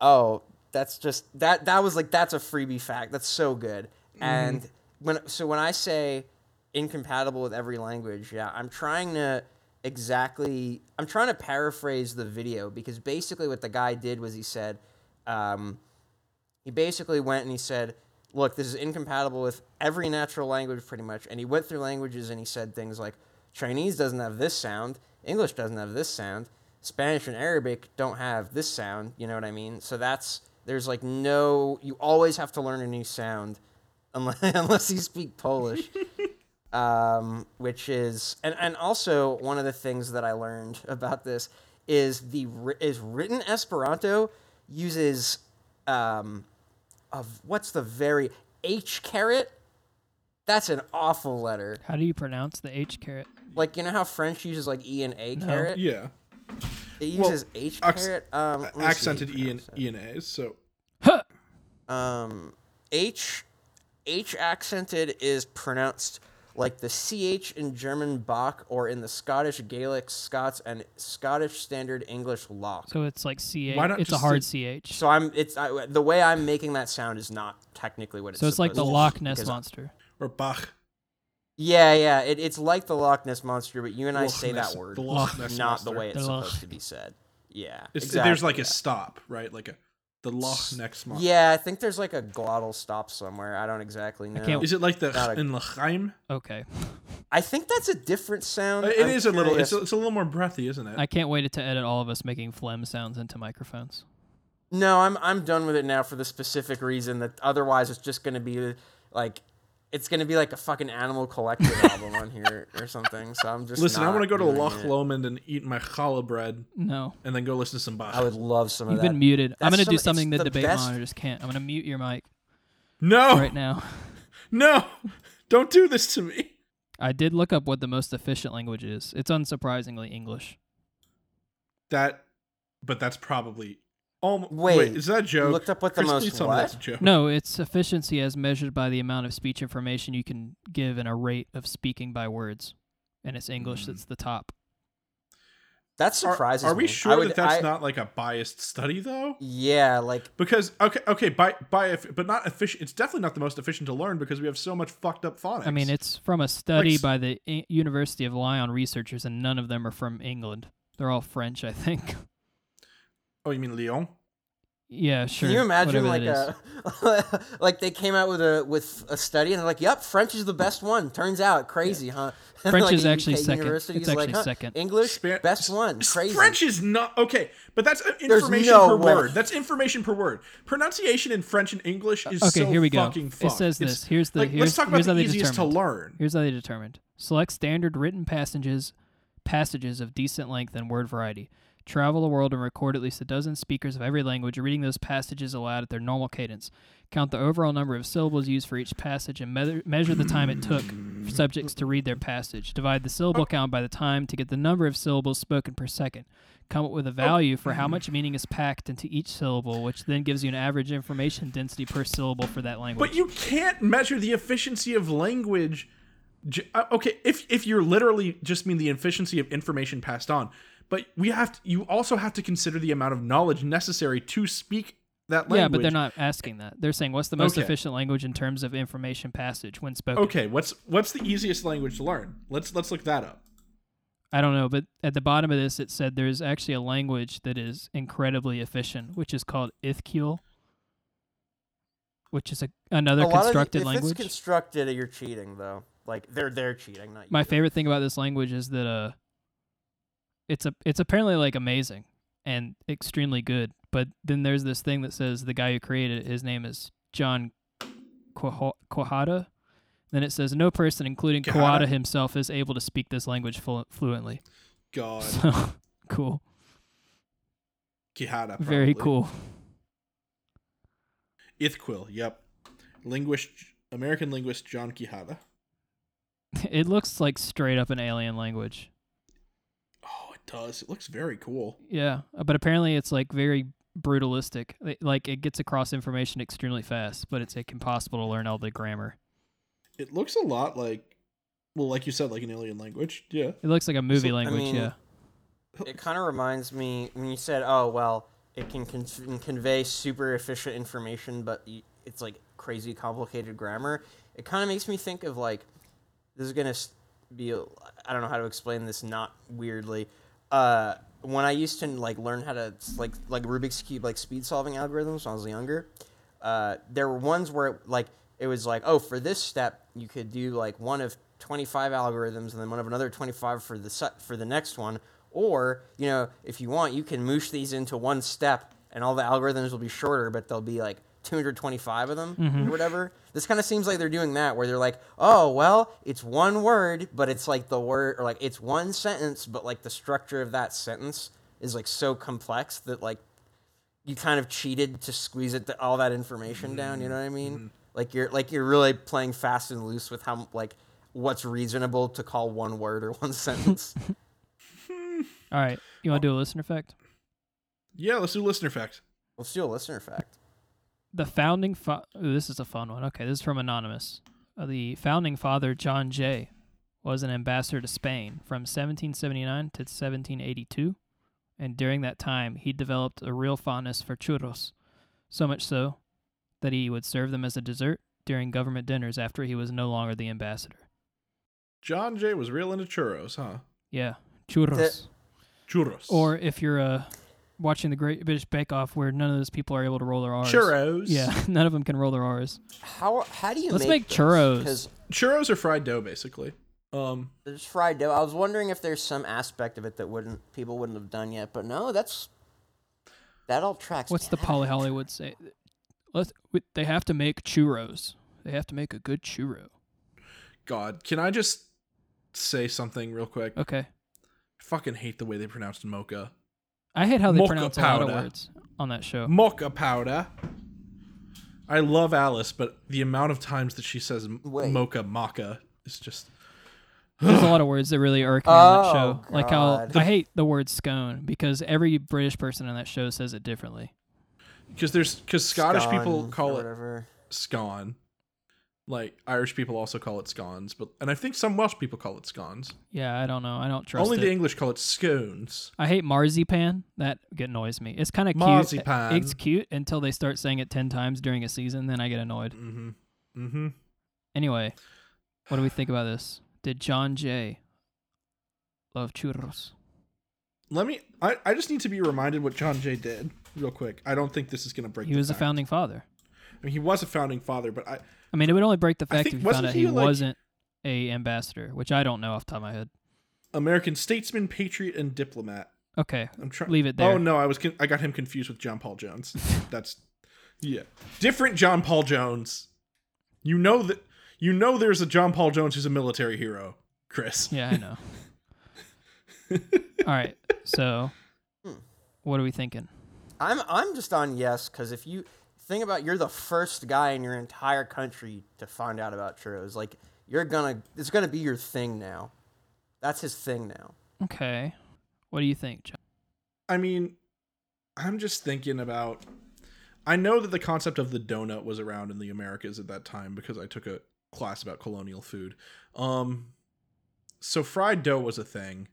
S3: oh that's just that that was like that's a freebie fact that's so good and when so when i say incompatible with every language. Yeah, I'm trying to exactly. I'm trying to paraphrase the video because basically what the guy did was he said, um, he basically went and he said, "Look, this is incompatible with every natural language, pretty much." And he went through languages and he said things like, "Chinese doesn't have this sound. English doesn't have this sound. Spanish and Arabic don't have this sound." You know what I mean? So that's there's like no. You always have to learn a new sound, unless unless you speak Polish. um, which is and, and also one of the things that I learned about this is the wri- is written Esperanto uses um, of what's the very H caret. That's an awful letter.
S1: How do you pronounce the H caret?
S3: Like you know how French uses like E and A caret.
S2: Yeah.
S3: It
S2: Well,
S3: uses H
S2: acc-
S3: caret. Um, let me see.
S2: Accented E and, e and A's. So
S3: um H H accented is pronounced like the CH in German Bach or in the Scottish Gaelic Scots and Scottish Standard English Loch.
S1: So it's like CH.
S2: Why not
S1: It's a
S2: just
S1: hard
S2: do-
S1: CH.
S3: So I'm it's I, the way I'm making that sound is not technically what it's
S1: So it's like
S3: supposed
S1: the
S3: to be,
S1: Loch Ness
S3: because-
S1: monster.
S2: or Bach.
S3: Yeah, yeah, it, it's like the Loch Ness monster, but you and I
S2: Loch
S3: say
S2: Ness-
S3: that word,
S2: the Loch Ness
S3: not the
S2: monster.
S3: way it's
S1: The Loch.
S3: supposed to be said. Yeah,
S2: It's,
S3: exactly.
S2: There's like
S3: yeah.
S2: a stop, right? Like a the Loch next month.
S3: Yeah, I think there's like a glottal stop somewhere. I don't exactly know. I,
S1: can't-
S2: Is it like the
S3: Not a-
S2: in L'chaim?
S1: Okay.
S3: think that's a different sound.
S2: Uh, It
S3: I'm
S2: is a little. It's
S3: curious.
S2: a, it's a little more breathy, isn't it?
S1: I can't wait to edit all of us making phlegm sounds into microphones.
S3: No, I'm I'm done with it now for the specific reason that otherwise it's just gonna be like it's gonna be like a fucking animal collector album on here or something. So I'm just
S2: Listen, I
S3: want
S2: want to go to Loch Lomond and eat my challah bread,
S1: No.
S2: and then go listen to some Bach.
S3: I would love some
S1: You've
S3: of that.
S1: been muted. I'm
S3: That's
S1: gonna
S3: some-
S1: do
S3: it's
S1: something
S3: the
S1: that debate
S3: best- Oh.
S1: monitor just can't. I'm gonna mute your mic
S2: no,
S1: right now.
S2: no, don't do this to me.
S1: I did look up what the most efficient language is. It's unsurprisingly English.
S2: That, but that's probably. Oh
S3: Wait,
S2: wait, is that a joke?
S3: looked up what the
S2: Chris,
S3: most
S2: please tell me
S3: what?
S2: that's a joke.
S1: No, it's efficiency as measured by the amount of speech information you can give and a rate of speaking by words. And it's
S3: Hmm.
S1: English that's the top.
S3: That
S2: Are-
S3: surprises
S2: Are,
S3: me.
S2: we
S3: I
S2: sure
S3: would-
S2: that that's
S3: I-
S2: not like a biased study though?
S3: Yeah, like
S2: Because okay, okay, by by, eff- but not efficient. It's definitely not the most efficient to learn because we have so much fucked up phonics.
S1: I mean, it's from a study
S2: s-
S1: by the I- University of Lyon researchers, and none of them are from England. They're all French, I think.
S2: oh, you mean Lyon?
S1: yeah, sure.
S3: can you imagine
S1: whatever
S3: like
S1: that
S3: a like they came out with a with a study and they're like, "Yep, French is the best one." Turns out, crazy, huh? And,
S1: French
S3: like,
S1: is
S3: the
S1: actually
S3: UK
S1: second.
S3: university
S1: It's
S3: is
S1: actually
S3: "Huh,
S1: second.
S3: English
S2: Spa-
S3: best one.
S2: S-
S3: Crazy.
S2: French is not okay, but that's uh,
S3: There's
S2: information
S3: no
S2: per
S3: way.
S2: word. That's information per word. Pronunciation in French and English is
S1: okay,
S2: so
S1: here we go.
S2: fucking
S1: It
S2: fucked.
S1: says
S2: It's-
S1: this. Here's the-
S2: like,
S1: here's-
S2: let's talk about
S1: here's how
S2: the
S1: they
S2: easiest to
S1: determined.
S2: learn.
S1: Here's how they determined. Select standard written passages passages of decent length and word variety. Travel the world and record at least a dozen speakers of every language reading those passages aloud at their normal cadence. Count the overall number of syllables used for each passage and me- measure the time it took for subjects to read their passage. Divide the syllable count by the time to get the number of syllables spoken per second. Come up with a value for how much meaning is packed into each syllable, which then gives you an average information density per syllable for that language.
S2: But you can't measure the efficiency of language. j- uh, Okay, if if you're literally just mean the efficiency of information passed on, but we have to, you also have to consider the amount of knowledge necessary to speak that language.
S1: Yeah, but they're not asking that. They're saying what's the most
S2: Okay.
S1: efficient language in terms of information passage when spoken.
S2: Okay, what's what's the easiest language to learn? Let's let's look that up.
S1: I don't know, but at the bottom of this it said there's actually a language that is incredibly efficient, which is called Ithkiel, which is a, another
S3: a lot
S1: constructed
S3: of, the- if
S1: language.
S3: It's constructed, you're cheating though. Like they're they're cheating, not you.
S1: My favorite thing about this language is that uh it's a it's apparently like amazing and extremely good, but then there's this thing that says the guy who created it, his name is John Quijada. Quijada. Then it says no person, including Quijada
S2: Quijada?
S1: himself, is able to speak this language flu- fluently.
S2: God,
S1: So cool,
S2: Quijada.
S1: very
S2: probably.
S1: cool.
S2: Ithquil, yep. Linguist, American linguist John Quijada.
S1: It looks like straight up an alien language.
S2: Oh, it does. It looks very cool.
S1: Yeah, but apparently it's like very brutalistic. It- Like it gets across information extremely fast, but it's like impossible to learn all the grammar.
S2: It looks a lot like, well, like you said, like an alien language. Yeah.
S1: It looks like a movie
S3: So, I
S1: language,
S3: mean,
S1: yeah.
S3: It kind of reminds me when you said, "Oh well, it can con- convey super efficient information, but y- it's like crazy complicated grammar." It kind of makes me think of like this is gonna s- be a- I don't know how to explain this not weirdly. Uh, when I used to like learn how to s- like like Rubik's cube like speed solving algorithms when I was younger, uh, there were ones where it, like it was like oh for this step you could do like one of 25 algorithms and then one of another 25 for the se- for the next one or you know if you want you can moosh these into one step and all the algorithms will be shorter but they'll be like 225 of them or whatever this kind of seems like they're doing that where they're like oh well it's one word but it's like the word or like it's one sentence but like the structure of that sentence is like so complex that like you kind of cheated to squeeze it to all that information down. You know what I mean? Like you're like you're really playing fast and loose with how like what's reasonable to call one word or one sentence.
S1: All right, you want to do a listener fact?
S2: Yeah, let's do listener fact.
S3: Let's do a listener fact.
S1: The founding fa- Ooh, this is a fun one. Okay, this is from anonymous. Uh, the founding father John Jay was an ambassador to Spain from 1779 to 1782, and during that time he developed a real fondness for churros, so much so that he would serve them as a dessert during government dinners after he was no longer the ambassador.
S2: John Jay was real into churros, huh?
S1: Yeah, churros.
S2: Churros.
S1: Or if you're uh, watching the Great British Bake Off, where none of those people are able to roll their R's.
S2: churros.
S1: Yeah, none of them can roll their R's.
S3: How how do you
S1: Let's
S3: make,
S1: make churros.
S3: Because
S2: Churros are fried dough, basically. Um,
S3: there's fried dough. I was wondering if there's some aspect of it that wouldn't people wouldn't have done yet, but no, that's that all tracks.
S1: What's the
S3: back.
S1: Polly Hollywood say? Let's. We, they have to make churros. They have to make a good churro.
S2: God, can I just say something real quick?
S1: Okay.
S2: I fucking hate the way they pronounced mocha.
S1: I hate how they
S2: Mocha
S1: pronounce a lot
S2: powder.
S1: of words on that show.
S2: Mocha powder. I love Alice, but the amount of times that she says m-
S3: Wait.
S2: mocha maca is just
S1: There's a lot of words that really irk me on that show.
S3: Oh,
S1: Like how
S3: God.
S1: I hate the word scone because every British person on that show says it differently.
S2: because there's because Scottish people
S3: Scone
S2: call
S3: or
S2: it
S3: whatever.
S2: scone. Like Irish people also call it scones, but and I think some Welsh people call it scones.
S1: Yeah, I don't know. I don't trust
S2: Only
S1: it.
S2: the English call it scones.
S1: I hate marzipan. That annoys me. It's kind of cute.
S2: Marzipan.
S1: It's cute until they start saying it ten times during a season. Then I get annoyed.
S2: Mm-hmm. Mm-hmm.
S1: Anyway, what do we think about this? Did John Jay love churros?
S2: Let me. I, I just need to be reminded what John Jay did real quick. I don't think this is gonna break.
S1: He
S2: the
S1: was a
S2: fact.
S1: founding father.
S2: I mean, he was a founding father, but I
S1: I mean, it would only break the fact
S2: think-
S1: if you found
S2: wasn't
S1: out
S2: he,
S1: he,
S2: like-
S1: wasn't a ambassador, which I don't know off the top of my head.
S2: American statesman, patriot, and diplomat.
S1: Okay,
S2: I'm trying.
S1: leave it there.
S2: Oh no, I was con- I got him confused with John Paul Jones. That's yeah, different John Paul Jones. You know that you know there's a John Paul Jones who's a military hero, Chris.
S1: Yeah, I know. All right, so what are we thinking?
S3: I'm I'm just on yes because if you think about you're the first guy in your entire country to find out about churros, like you're gonna it's gonna be your thing now. That's his thing now.
S1: Okay, what do you think, John?
S2: I mean, I'm just thinking about. I know that the concept of the donut was around in the Americas at that time because I took a class about colonial food. Um, so fried dough was a thing.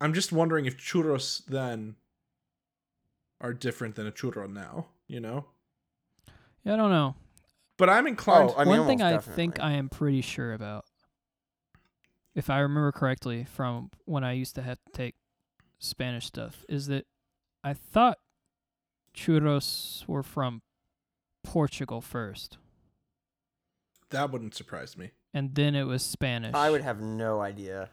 S2: I'm just wondering if churros then are different than a churro now, you know?
S1: Yeah, I don't know.
S2: But I'm inclined.
S3: Oh, I mean,
S1: One thing I
S3: almost
S1: think
S3: definitely.
S1: I am pretty sure about, if I remember correctly from when I used to have to take Spanish stuff, is that I thought churros were from Portugal first,
S2: that wouldn't surprise me.
S1: and then it was Spanish.
S3: I would have no idea.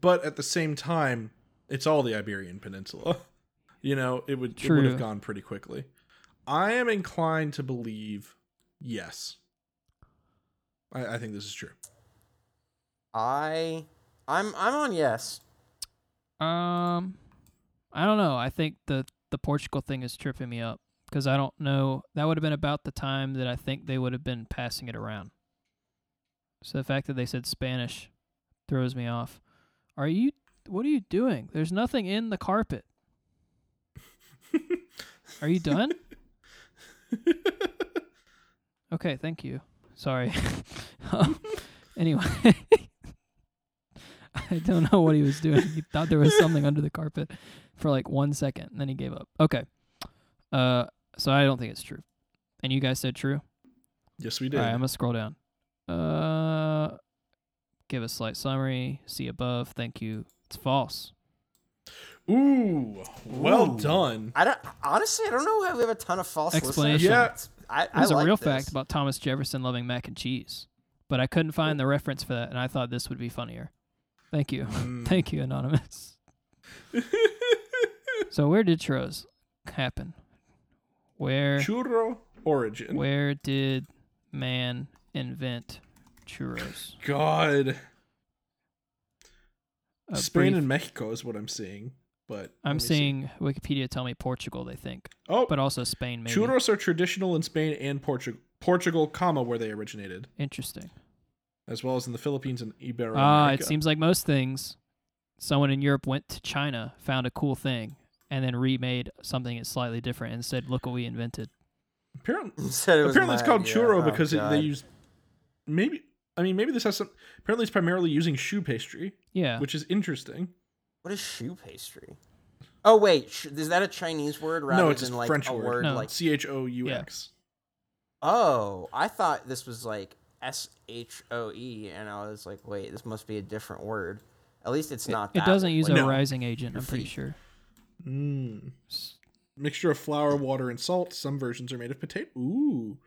S2: But at the same time, it's all the Iberian Peninsula. You know, it would it would
S1: True.
S2: have gone pretty quickly. I am inclined to believe yes. I, I think this is true.
S3: I I'm I'm on yes.
S1: Um, I don't know. I think the the Portugal thing is tripping me up because I don't know. That would have been about the time that I think they would have been passing it around. So the fact that they said Spanish throws me off. Are you? What are you doing? There's nothing in the carpet. are you done? okay, thank you. Sorry. um, anyway. I don't know what he was doing. He thought there was something under the carpet for like one second, and then he gave up. Okay. Uh, so I don't think it's true. And you guys said true.
S2: Yes, we
S1: All
S2: did.
S1: right, I'm gonna scroll down. Uh, give a slight summary. See above. Thank you. It's false.
S2: Ooh, well
S3: Ooh.
S2: done.
S3: I don't honestly. I don't know. If we have a ton of false
S1: Explanation.
S2: Yeah.
S3: listeners. I, I
S1: There's a
S3: like
S1: real
S3: this.
S1: fact about Thomas Jefferson loving mac and cheese, but I couldn't find the reference for that, and I thought this would be funnier. Thank you, thank you, anonymous. so where did churros happen? Where
S2: Churro origin.
S1: where did man invent churros?
S2: God,
S1: A
S2: Spain
S1: brief-
S2: and Mexico is what I'm seeing. But let
S1: I'm
S2: me see.
S1: seeing Wikipedia tell me Portugal. They think,
S2: Oh,
S1: but also Spain. Maybe
S2: churros are traditional in Spain and Portugal, Portugal, comma where they originated,
S1: interesting.
S2: as well as in the Philippines and Iberia.
S1: Ah, it seems like most things, someone in Europe went to China, found a cool thing, and then remade something that's slightly different and said, "Look what we invented."
S2: apparently,
S3: Said it was
S2: apparently it's
S3: my
S2: called
S3: idea.
S2: churro
S3: Oh,
S2: because it, they
S3: God.
S2: use maybe. I mean, maybe this has some. Apparently, it's primarily using shoe pastry,
S1: Yeah,
S2: which is interesting.
S3: What is shoe pastry? Oh wait, sh- is that a Chinese word rather
S2: no, it's
S3: than
S2: a
S3: like
S2: French
S3: a
S2: word.
S3: word
S1: No.
S3: like?
S2: C H O U X.
S3: Oh, I thought this was like S H O E, and I was like, wait, this must be a different word. At least it's not.
S1: it
S3: that
S1: doesn't
S3: one.
S1: use
S3: Like,
S1: a
S2: No.
S1: rising agent. I'm pretty
S3: feet.
S1: sure.
S2: Mm.
S1: S-
S2: Mixture of flour, water, and salt. Some versions are made of potato. Ooh,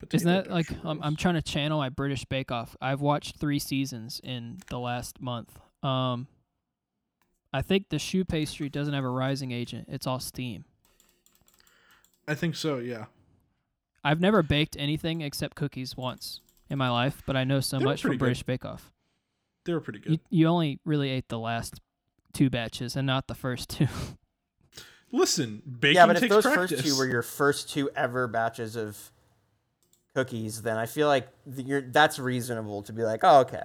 S2: potato
S1: Isn't that like
S2: churros.
S1: I'm, I'm trying to channel my British Bake Off? I've watched three seasons in the last month. Um, I think the shoe pastry doesn't have a rising agent. It's all steam.
S2: I think so. Yeah,
S1: I've never baked anything except cookies once in my life, but I know so
S2: They were
S1: much from
S2: pretty good.
S1: British Bake Off.
S2: they were pretty good.
S1: You, you only really ate the last two batches and not the first two.
S2: Listen, baking
S3: Yeah, but if
S2: takes
S3: those
S2: practice.
S3: first two were your first two ever batches of cookies, then I feel like th- you're, that's reasonable to be like, oh okay.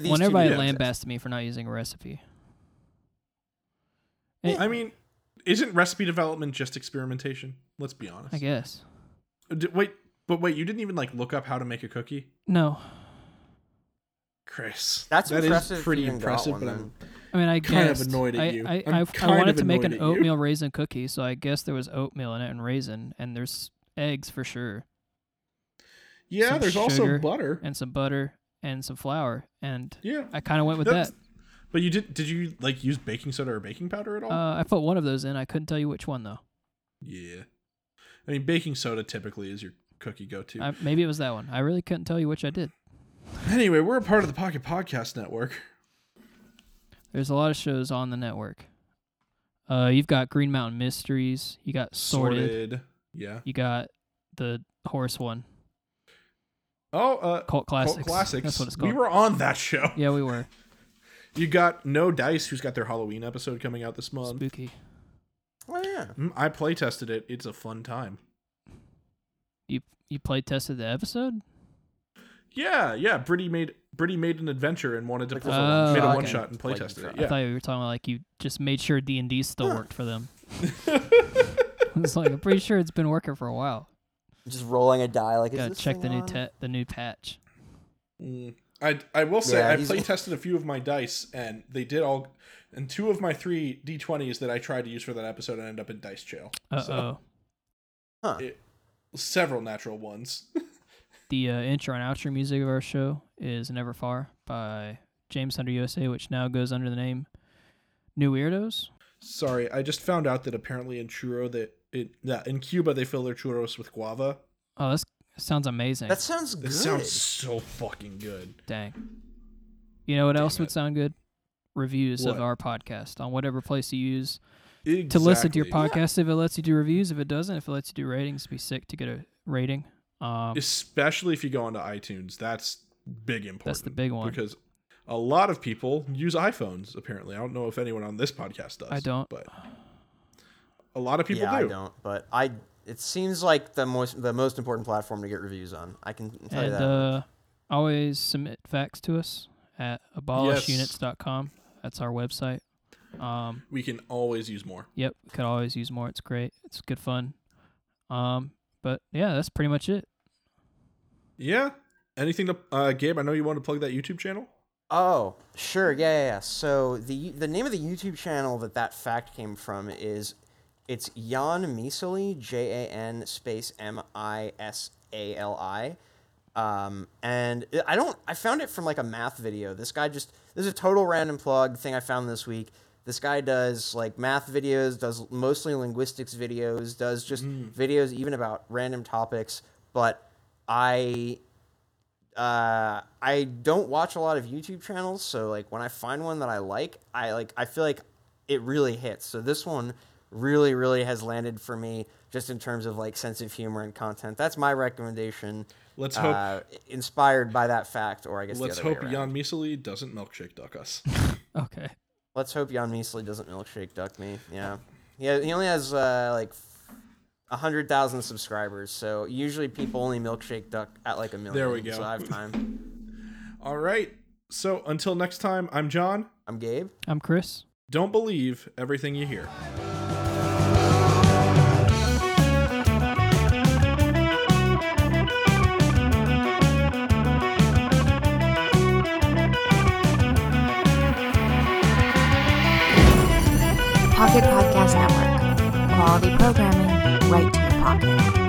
S3: these
S1: when
S3: two
S1: everybody
S2: didn't exist.
S1: lambasted me for not using a recipe.
S2: I mean, isn't recipe development just experimentation? Let's be honest.
S1: I guess.
S2: D- wait, but wait, you didn't even like look up how to make a cookie,
S1: No.
S2: Chris.
S3: That's
S2: that is
S3: impressive if
S2: pretty
S3: you even got
S2: impressive,
S3: one,
S2: but
S3: then.
S1: I
S2: I'm
S1: mean, I
S2: Kind of
S1: guessed.
S2: annoyed at
S1: I,
S2: you.
S1: I,
S2: I'm
S1: I,
S2: kind of
S1: wanted to make an
S2: annoyed at you.
S1: oatmeal raisin cookie, so I guess there was oatmeal in it and raisin, and there's eggs for sure,
S2: yeah.
S1: Some
S2: there's also
S1: sugar
S2: butter.
S1: and some butter and some flour, and
S2: Yeah,
S1: I kind of went with
S2: That's-
S1: that.
S2: but you did? Did you like use baking soda or baking powder at all?
S1: Uh, I put one of those in. I couldn't tell you which one though.
S2: yeah, I mean, baking soda typically is your cookie go-to.
S1: I, maybe it was that one. I really couldn't tell you which I did.
S2: Anyway, we're a part of the Pocket Podcast Network.
S1: There's a lot of shows on the network. Uh, you've got Green Mountain Mysteries. You got Sorted.
S2: Yeah.
S1: You got the horse one,
S2: Oh, uh,
S1: Cult Classics.
S2: Cult Classics.
S1: That's what it's
S2: We
S1: called.
S2: were on that show.
S1: yeah, we were
S2: You got No Dice, who's got their Halloween episode coming out this month.
S1: spooky.
S3: Oh yeah.
S2: Mm, I play tested it. It's a fun time.
S1: You you play tested the episode.
S2: Yeah, yeah. Brittany made Brittany made an adventure and wanted to
S3: Like
S2: play,
S1: a one-shot.
S2: made a
S1: Oh,
S2: one
S1: okay.
S2: shot and play
S3: Like
S2: tested
S3: you
S2: it.
S1: I
S2: Yeah.
S1: thought you were talking about like you just made sure D and D still worked for them. it's like I'm pretty sure it's been working for a while.
S3: Just rolling a die like.
S1: Gotta
S3: is this
S1: check
S3: thing
S1: the new
S3: on?
S1: te- the new patch.
S2: Mm. I, I will say
S3: Yeah,
S2: I
S3: he's-
S2: play tested a few of my dice and they did all and two of my three D twenties that I tried to use for that episode ended up in dice jail.
S1: Uh
S2: So
S1: oh.
S3: Huh.
S2: it, several natural ones.
S1: The uh, intro and outro music of our show is Never Far by James Hunter USA, which now goes under the name New Weirdos.
S2: Sorry, I just found out that apparently in churro that it, yeah, in Cuba they fill their churros with guava.
S1: Oh, that's, that sounds amazing.
S3: That sounds
S2: That
S3: good.
S2: sounds so fucking good.
S1: Dang. You know what else would
S2: it.
S1: sound good? Reviews
S2: What?
S1: of our podcast on whatever place you use to listen to your
S2: Exactly.
S1: podcast. If it lets you do reviews, if it doesn't, if it lets you do ratings, it'd be sick to get a rating. Um,
S2: especially if you go onto iTunes. That's big important.
S1: That's the big one.
S2: because a lot of people use iPhones. Apparently, I don't know if anyone on this podcast does.
S1: I don't.
S2: but a lot of people
S3: yeah,
S2: do.
S3: I don't, but I. It seems like the most the most important platform to get reviews on. I can tell you
S1: and
S3: that.
S1: uh, always submit facts to us at abolishunits.com. That's our website. Um,
S2: We can always use more.
S1: yep, could always use more. It's great. It's good fun. Um, but yeah, that's pretty much it.
S2: Yeah. Anything to uh, Gabe? I know you want to plug that YouTube channel.
S3: Oh, sure. Yeah, yeah, yeah. So the the name of the YouTube channel that that fact came from is it's Jan Misali, J A N space M I S A L I. Um, and it- I don't. I found it from like a math video. This guy just. This is a total random plug thing I found this week. This guy does like math videos, does mostly linguistics videos, does just videos even about random topics. But I uh, I don't watch a lot of YouTube channels, so like when I find one that I like, I like I feel like it really hits. So this one really really has landed for me just in terms of like sense of humor and content. That's my recommendation.
S2: Let's hope-
S3: uh, inspired by that fact, or I guess
S2: Let's
S3: the other
S2: hope
S3: way around.
S2: Jan Misali doesn't milkshake duck us.
S1: Okay.
S3: Let's hope Jan Measley doesn't milkshake duck me. Yeah, yeah. He only has uh, like a hundred thousand subscribers, so usually people only milkshake duck at like a million.
S2: There we go.
S3: So I have time.
S2: All right. So until next time, I'm John.
S3: I'm Gabe.
S1: I'm Chris.
S2: Don't believe everything you hear.
S5: Pocket Podcast Network. Quality programming right to your pocket.